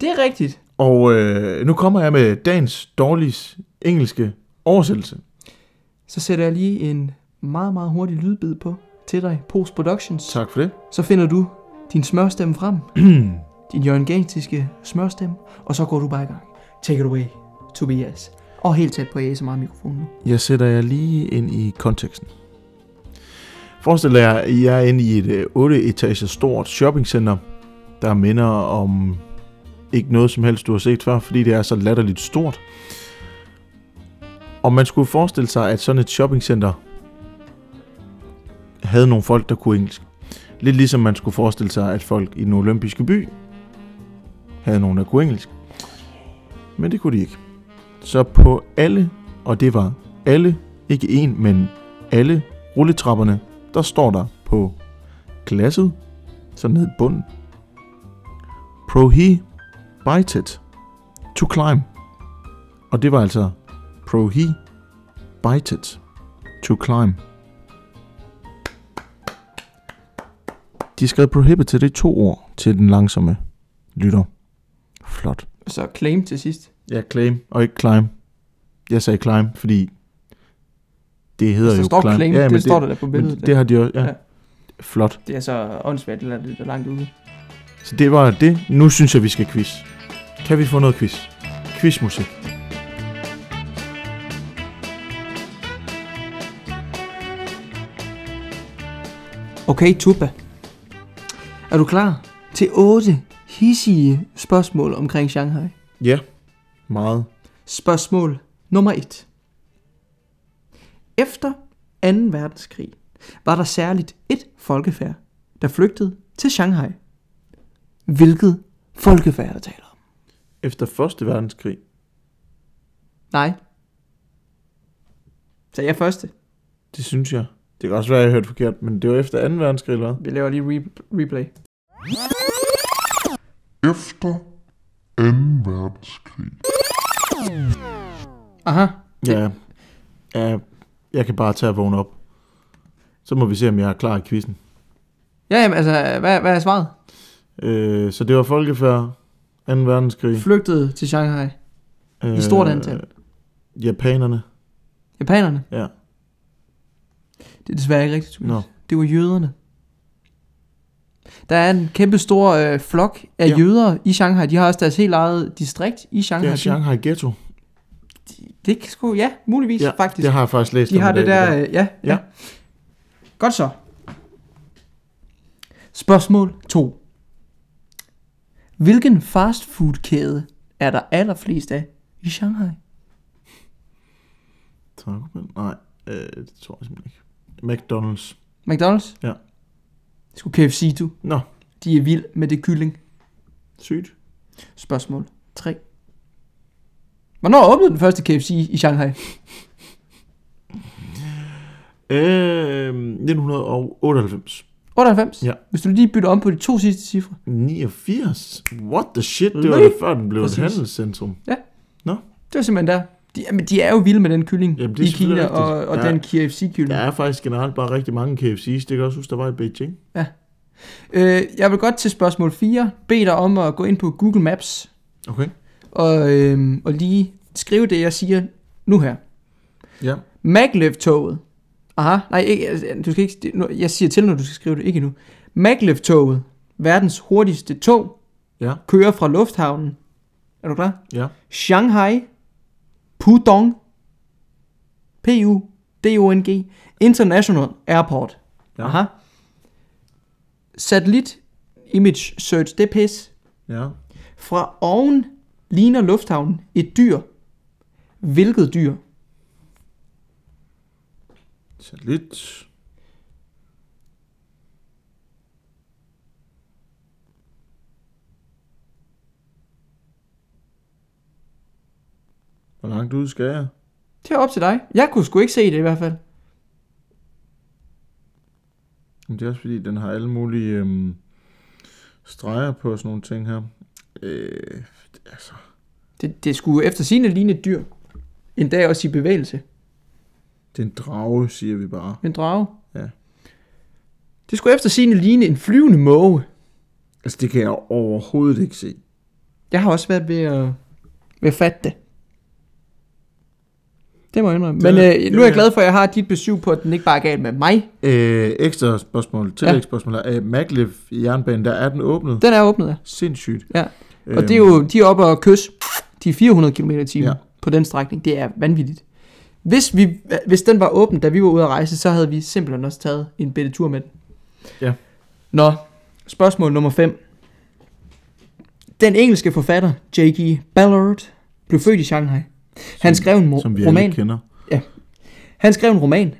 Det er rigtigt.
Og øh, nu kommer jeg med dagens dårlige engelske oversættelse.
Så sætter jeg lige en meget, meget hurtig lydbid på til dig. Post Productions.
Tak for det.
Så finder du din smørstemme frem. din jørgengantiske smørstemme. Og så går du bare i gang. Take it away, Tobias. Og helt tæt på ASMR-mikrofonen nu.
Jeg sætter jer lige ind i konteksten. Forestil jer, at I er inde i et øh, 8-etager stort shoppingcenter, der minder om ikke noget som helst, du har set før, fordi det er så latterligt stort. Og man skulle forestille sig, at sådan et shoppingcenter havde nogle folk, der kunne engelsk. Lidt ligesom man skulle forestille sig, at folk i den olympiske by havde nogen, der kunne engelsk. Men det kunne de ikke. Så på alle og det var alle, ikke en, men alle rulletrapperne, der står der på glasset, så ned i bunden. Prohibited to climb. Og det var altså prohibited to climb. De skrev prohibited i to ord til den langsomme lytter. Flot.
Og så claim til sidst.
Ja, claim og ikke climb. Jeg sagde climb, fordi det hedder
Så
jo
står
climb.
claim,
ja,
det,
men
det står der, der på
men
billedet.
det har de også, ja.
Ja.
ja. Flot.
Det er så åndssvagt, eller det er langt ude.
Så det var det. Nu synes jeg, vi skal quiz. Kan vi få noget quiz? Quizmusik.
Okay, Tuba. Er du klar til otte hissige spørgsmål omkring Shanghai?
Ja. Meget.
Spørgsmål nummer 1. Efter 2. verdenskrig var der særligt et folkefærd, der flygtede til Shanghai. Hvilket folkefærd er der taler om?
Efter Første verdenskrig.
Nej. Så jeg første.
Det synes jeg. Det kan også være, at jeg hørte forkert, men det var efter 2. verdenskrig, eller hvad?
Vi laver lige re- replay.
Efter 2. verdenskrig.
Aha.
Ja. ja. Jeg kan bare tage og vågne op. Så må vi se, om jeg er klar i quizzen.
Ja, jamen, altså, hvad, hvad er svaret?
Mm. Øh, så det var folkefærd, 2. verdenskrig.
Flygtede til Shanghai.
Øh,
I stort antal.
Japanerne.
Japanerne?
Ja.
Det er desværre ikke rigtigt, Tobias.
Nå.
Det var jøderne. Der er en kæmpe stor øh, flok af
Ja.
ja. jøder i Shanghai. De har også deres helt eget distrikt i
Det
Shanghai.
er Shanghai Ghetto.
Det kan sgu, ja, muligvis ja, faktisk.
det har jeg faktisk læst
De
om
har
i
det
dag,
der, øh, ja,
Ja.
ja. Godt så. Spørgsmål 2. Hvilken fastfoodkæde er der allerflest af i Shanghai?
Taco Bell? Nej, øh, det øh, tror jeg simpelthen ikke. McDonald's.
McDonald's?
Ja.
Skulle KFC, du.
Nå,
De er vild med det kylling.
sygt.
Spørgsmål 3. Hvornår åbnede den første KFC i Shanghai?
Øh, 1998.
98?
Ja.
Hvis du lige bytter om på de to sidste cifre.
89? What the shit? Det var
Nej.
da før den blev et
Præcis.
handelscentrum.
Det var simpelthen der. De, men de er jo vilde med den kylling
Jamen, det er
i Kina
selvfølgelig
og,
rigtigt.
og
Ja.
den KFC-kylling.
Der er faktisk generelt bare rigtig mange KFC's. Det kan jeg også huske, der var i Beijing.
Øh, jeg vil godt til spørgsmål 4 bede dig om at gå ind på Google Maps
Okay.
og, øh, og lige skrive det, jeg siger nu her.
Ja.
maglev Aha, nej, ikke, altså, du skal ikke, det- nu, jeg siger til, når du skal skrive det, ikke nu. maglev verdens hurtigste tog,
Ja.
kører fra lufthavnen. Er du klar?
Ja.
Shanghai, Pudong, P-U-D-O-N-G, International Airport.
Ja.
Aha. Satellit image search, det er pis.
Ja.
Fra oven ligner lufthavnen et dyr. Hvilket dyr?
Så lidt. Hvor langt ud skal jeg?
Det er op til dig. Jeg kunne sgu ikke se det i hvert fald.
Men det er også fordi, den har alle mulige øhm, streger på og sådan nogle ting her. Øh, altså,
Det, det skulle efter sine ligne et dyr. En dag også i bevægelse.
det er en drage, siger vi bare.
En drage.
Ja.
Det skulle efter sine ligne en flyvende måge.
Altså, det kan jeg overhovedet ikke se.
Jeg har også været ved at, ved at fatte det. Det må jeg indrømme.
Det
Men
er-
øh,
det
nu er jeg
er-
glad for, at jeg har dit besøg på, at den ikke bare er galt med mig.
Øh, ekstra spørgsmål, tillægsspørgsmål. Ja. Øh, Maglev jernbanen, der er den åbnet.
Den er åbnet, ja.
Sindssygt.
ja. Og det er jo, de er oppe og kysse de 400 km i timen
Øhm. Ja.
ja. på den strækning. Det er vanvittigt. Hvis, vi, hvis den var åben, da vi var ude at rejse, så havde vi simpelthen også taget en bitte tur med den.
Ja.
Nå, spørgsmål nummer 5. Den engelske forfatter, J.G. Ballard, blev født i Shanghai. Han skrev en mo-
Som vi
roman.
alle kender.
Han skrev en roman,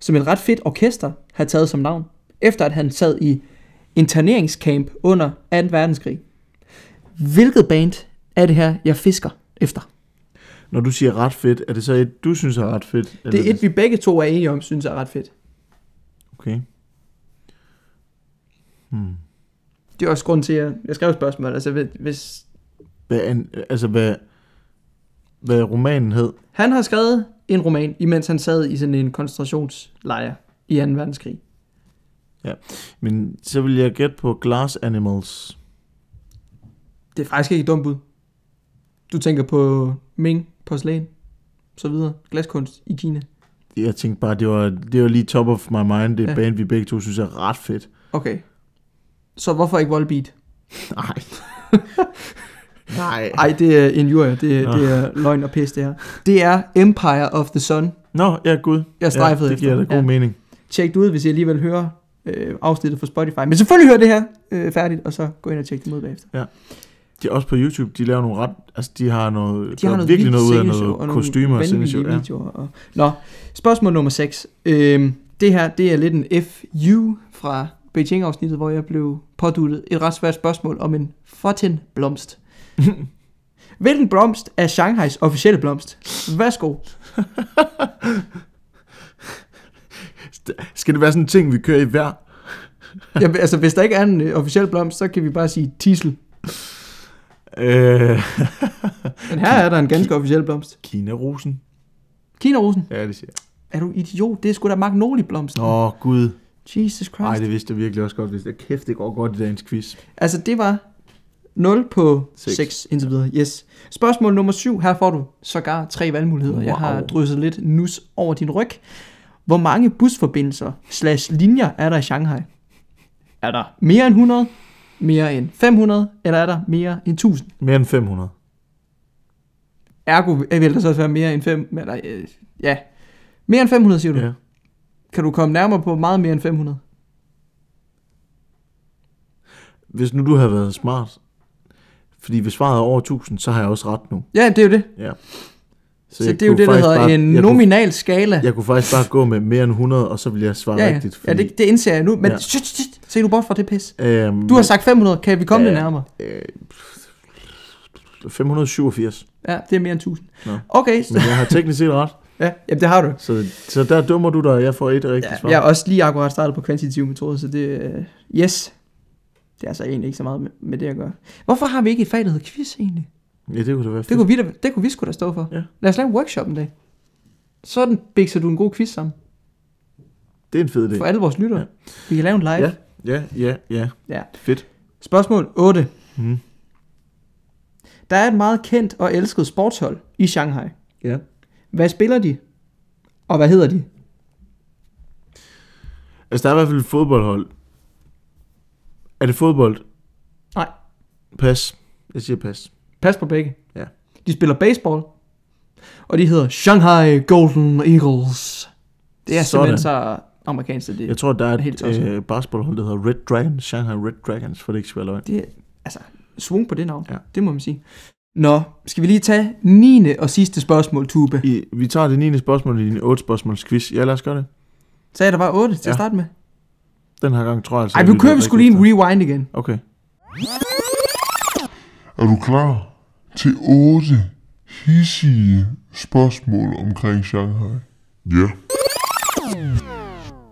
som et ret fedt orkester har taget som navn, efter at han sad i interneringscamp under 2. verdenskrig. Hvilket band er det her, jeg fisker efter?
Når du siger ret fedt, er det så et, du synes er ret fedt?
Det er et, vi begge to er enige om, synes er ret fedt.
Okay.
Det er også grund til, at jeg- jeg skrev spørgsmålet. Altså, hvis- hvis
Hvad, er en- altså, hvad, hvad romanen hed?
han har skrevet en roman, imens han sad i sådan en koncentrationslejr i 2. verdenskrig.
Men så vil jeg gætte på Glass Animals.
Det er faktisk ikke et dumt bud. Du tænker på Ming, porcelæn, så videre, glaskunst i Kina.
Jeg tænkte bare, det var, det var lige top of my mind. Det er
Ja.
ja. band, vi begge to synes er ret fedt.
Okay. Så hvorfor ikke Volbeat?
Nej. Nej.
Ej, det er en jury. Det,
Nå.
det er løgn og pis, det her. Det er Empire of the Sun.
Nå, ja, gud.
Jeg strejfede
ja, det giver da
efter.
god
Ja.
mening.
Tjek det ud, hvis I alligevel hører øh, afsnittet fra Spotify. Men selvfølgelig hør det her øh, færdigt, og så gå ind og tjek det ud bagefter.
De er også på YouTube, de laver nogle ret... Altså, de har noget...
De har
gør
noget
virkelig noget ud af
sceneshow
noget kostymer og sceneshow.
vanvittige
Ja.
videoer. Og... Nå, spørgsmål nummer 6. Øhm, det her, det er lidt en FU fra Beijing-afsnittet, hvor jeg blev påduttet et ret svært spørgsmål om en fotin blomst. Hvilken blomst er Shanghais officielle blomst? Værsgo.
Skal det være sådan en ting, vi kører i hver?
Jamen, altså, hvis der ikke er en øh, officiel blomst, så kan vi bare sige tisel.
Øh,
Men her er der en ganske officiel blomst.
Kina-rosen.
Kinarosen.
Ja, det siger jeg.
Er du idiot? Det er sgu da magnoliblomsten.
Åh, oh, gud.
Jesus Christ.
Nej, det vidste jeg virkelig også godt. Hvis det kæft, det går godt i dagens quiz.
Altså, det var 0 på
Seks.
6, 6 indtil videre. Yes. Spørgsmål nummer 7. Her får du sågar tre valgmuligheder. Wow. Jeg har
Wow.
drysset lidt nus over din ryg. Hvor mange busforbindelser slash linjer er der i Shanghai? Er der mere end 100? Mere end 500? Eller er der mere end 1000?
Mere end 500.
Ergo vil der så også være mere end 5... Eller, øh, ja. Mere end 500, siger du?
Ja.
Kan du komme nærmere på meget mere end 500?
Hvis nu du havde været smart, fordi hvis svaret er over 1000, så har jeg også ret nu.
Ja, det er jo det.
Ja.
Så, så
jeg
det er jo
kunne
det, der
faktisk
hedder
bare,
en
jeg
nominal skala.
Kunne, jeg kunne faktisk bare gå med mere end 100, og så ville jeg svare
ja, ja.
rigtigt.
ja det, det indser jeg nu, men
Ja.
ja. shit, shit, se nu bort fra det pis.
øhm,
Du har sagt 500, kan vi komme
Ja,
ja, det
ja.
nærmere?
Øh, 587.
Ja, det er mere end 1000.
Nå.
Okay, så,
Men jeg har teknisk set ret.
ja, jamen, det har du.
Så, så der dømmer du dig, og jeg får et rigtigt
Ja,
svar.
jeg er også lige akkurat startet på kvantitative metoder, så det øh, yes. Det er altså egentlig ikke så meget med, med det at gøre. Hvorfor har vi ikke et fag, der hedder quiz egentlig?
ja, det kunne da være
Det
fedt.
kunne vi, da, det kunne vi sgu da stå for.
Ja.
Lad os lave en workshop en dag. Sådan bikser du en god quiz sammen
Det er en fed idé.
for alle vores lyttere.
Ja.
Ja. Vi kan lave en live.
Ja, ja, ja, ja.
Ja.
Fedt.
Spørgsmål 8.
Mhm.
Der er et meget kendt og elsket sportshold i Shanghai.
Ja.
Hvad spiller de? Og hvad hedder de?
Altså, der er i hvert fald et fodboldhold. Er det fodbold?
Nej.
Pas. Jeg siger pas.
Pas på begge.
Ja.
De spiller baseball. Og de hedder Shanghai Golden Eagles. Det er
Sådan.
simpelthen så amerikansk, så det.
Jeg tror, der er
Helt
et
tosset.
øh, basketballhold, der hedder Red Dragons. Shanghai Red Dragons, for det ikke skal være løgn.
det er, altså, svung på det navn.
Ja.
Ja. Det må man sige. Nå, skal vi lige tage 9. og sidste spørgsmål, Tube.
I, vi tager det 9. spørgsmål i din 8 spørgsmåls quiz. Ja, lad os gøre det.
Så er der bare 8 til
Ja.
at starte med.
Den her gang tror jeg altså...
Ej,
jeg
nu
lytter
kører vi sgu lige
rigtigt
en rewind igen.
efter. Okay.
Er du klar til otte hissige spørgsmål omkring Shanghai? Ja.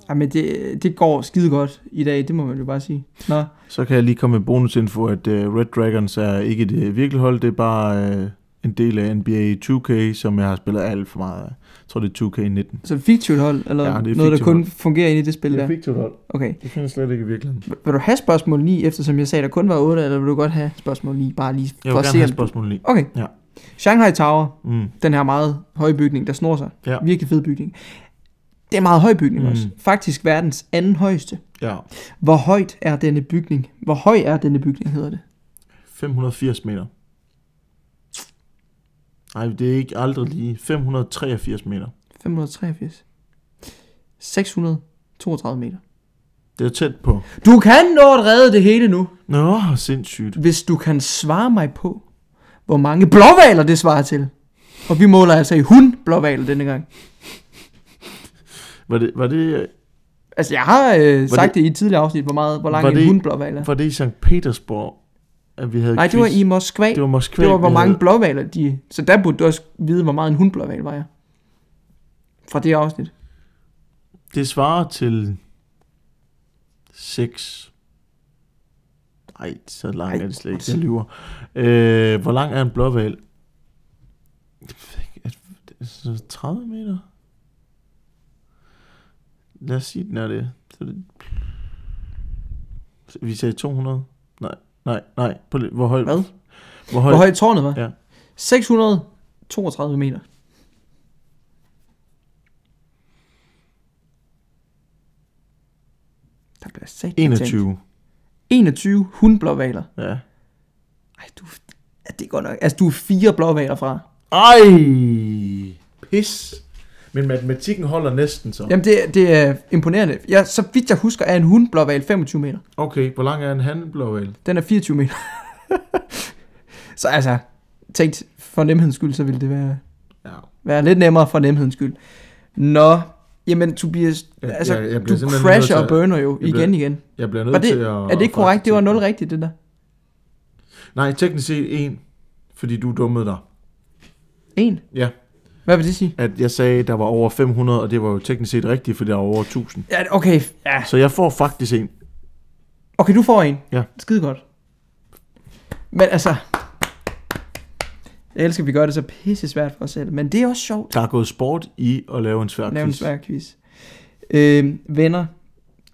Ej, men det, det går skide godt i dag, det må man jo bare sige. Nå,
Så kan jeg lige komme med bonusinfo, at øh, Red Dragons er ikke et øh, virkeligt hold. Det er bare øh, en del af NBA 2K, som jeg har spillet alt for meget af. Jeg tror, det er 2K19.
så et fiktivt hold, eller
Ja, det er
ja,
et
noget, der
fiktivt
kun
hold.
fungerer inde i det spil der?
fiktivt hold.
Okay.
Det findes slet ikke i virkeligheden.
Vil- Vil du have spørgsmål 9, eftersom jeg sagde, der kun var 8, eller vil du godt have spørgsmål 9, bare lige
Jeg vil
for at
gerne
se,
have
om
et spørgsmål lige.
Okay.
Ja.
Shanghai Tower,
Mm.
den her meget høje bygning, der snor sig.
Ja.
Virkelig fed bygning. Det er en meget høj bygning
Mm.
mm. også. Faktisk verdens anden højeste.
Ja,
Hvor højt er denne bygning? Hvor høj er denne bygning, hedder det?
580 meter. Nej, det er ikke aldrig lige. 583 meter.
583. 632 meter.
Det er tæt på.
Du kan nå at redde det hele nu,
Nå, sindssygt.
hvis du kan svare mig på, hvor mange blåvaler det svarer til. Og vi måler altså i hun blåvaler denne gang.
Var det, var det,
Altså, jeg har øh, sagt det, det i et tidligere afsnit, hvor, meget, hvor lang
Var
en
det-
det, hundblåval er.
var det i St. Petersborg, at vi havde
Nej, det var
quiz?
i Moskva.
Det var Moskva.
det var hvor
vi
mange
havde-
blåvaler de... Så der burde du også vide, hvor meget en hundblåval vejer. Fra det afsnit.
Det svarer til 6. Nej, så langt
Ej,
er det slet ikke.
altså.
Jeg lyver. Øh, hvor lang er en blåval? Det ved jeg ikke. Er det så 30 meter? Lad os sige, den er det. Så er det... Vi sagde 200. Nej, nej, nej. På, lidt- hvor højt?
Hvad?
Hvor højt?
Hvor højt tårnet var?
Ja.
632 meter. Der bliver sat
21.
21 hundblåvaler.
Ja.
Ej, du... Ja, det er godt nok... Altså, du er fire blåvaler fra.
Ej! Pis. Men matematikken holder næsten så.
Jamen, det, det er imponerende. Ja, så vidt jeg husker, er en hundblåval 25 meter.
Okay, hvor lang er en handelblåval?
Den er 24 meter. så altså, tænkt for nemhedens skyld, så ville det være,
Ja.
være lidt nemmere for nemhedens skyld. Nå, jamen Tobias,
Ja,
altså,
jeg- jeg bliver
du
simpelthen nødt til
crasher
at-
og burner jo
jeg
igen
bliver
igen.
Jeg bliver
Var
nødt til
det,
at...
er det ikke korrekt? Det var 0 rigtigt, det der.
Nej, teknisk set en, fordi du dummede dig.
En.
Ja,
Hvad vil det sige?
at jeg sagde, der var over 500, og det var jo teknisk set rigtigt, fordi der var over 1000.
Ja, okay. Ja.
Så jeg får faktisk en.
Okay, du får en.
Ja.
Skide godt. Men altså, jeg elsker, at vi gør det så pisse svært for os selv, men det er også sjovt.
Der er gået sport i at lave en svær
Lav en
quiz.
svær quiz. Øh, venner,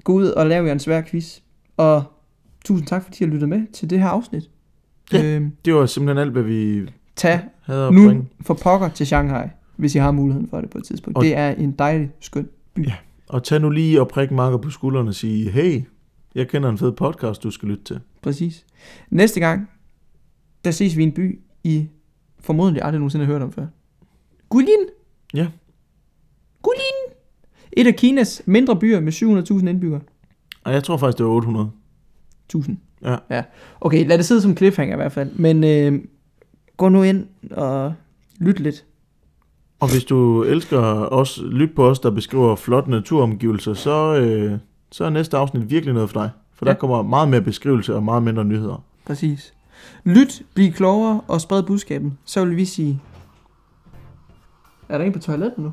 gå ud og lav jer en svær quiz. Og tusind tak, fordi I har lyttet med til det her afsnit.
Ja.
Øh,
Det var simpelthen alt, hvad vi
tag
havde at
nu
bringe.
for pokker til Shanghai, hvis I har muligheden for det på et tidspunkt.
Og-
Og det er en dejlig, skøn by.
Ja. Og tag nu lige og prik Marker på skulderen og sige, hey, jeg kender en fed podcast, du skal lytte til.
Præcis. Næste gang, der ses vi i en by, I formodentlig aldrig nogensinde har hørt om før. Guilin.
Ja.
Guilin. Et af Kinas mindre byer med 700.000 indbyggere.
Og jeg tror faktisk, det var 800.
1000.
Ja.
ja. Okay, lad det sidde som cliffhanger i hvert fald. Men øh, gå nu ind og lyt lidt.
Og hvis du elsker os, lyt på os, der beskriver flotte naturomgivelser, så, øh, så er næste afsnit virkelig noget for dig. For ja.
Ja.
der kommer meget mere beskrivelse og meget mindre nyheder.
Præcis. Lyt, bliv klogere og spred budskaben. Så vil vi sige... Er der en på toilettet nu?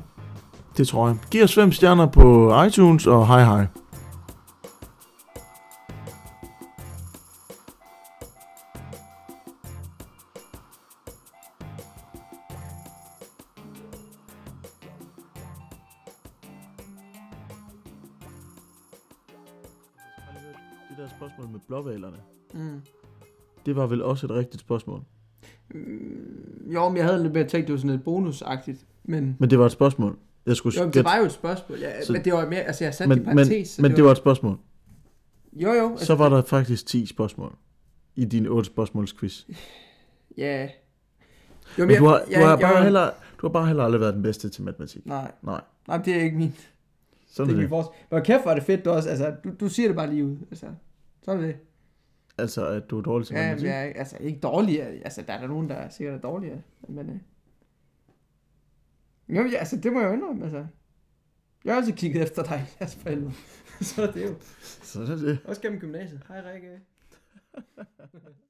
Det tror jeg. Giv os fem stjerner på iTunes, og hej hej. Det der spørgsmål med blåvalerne,
Mm.
det var vel også et rigtigt spørgsmål.
Jo, men jeg havde lidt mere tænkt, det var sådan lidt bonusagtigt. Men,
Men det var et spørgsmål. Jeg skulle
jo, men det
gætte-
var jo et spørgsmål. Ja,
Så-
men det var mere... Altså, jeg satte
men,
det i
men,
parentes. så
men det var et spørgsmål.
Jo, jo. Altså,
Så var der faktisk 10 spørgsmål i din 8 spørgsmålsquiz.
Ja. Jo,
Men du har, du, har
jeg-
bare
jeg-
heller, du har bare heller aldrig været den bedste til matematik.
Nej,
Nej,
nej, det er ikke min.
sådan
Det
er
er min
det.
vores. Men kæft, hvor er det fedt, du også. Altså, du, du siger det bare lige ud. Altså, sådan er det.
Altså, at du er dårlig til
Ja, men
matematik.
jeg er altså, ikke dårligere. Altså, der er der nogen, der er sikkert er dårligere. Men, øh. Jo, ja, altså, det må jeg jo indrømme, altså. Jeg har også kigget efter dig, Jasper Helmer. Så er det jo.
Sådan er det.
Også gennem gymnasiet. Hej, Rikke.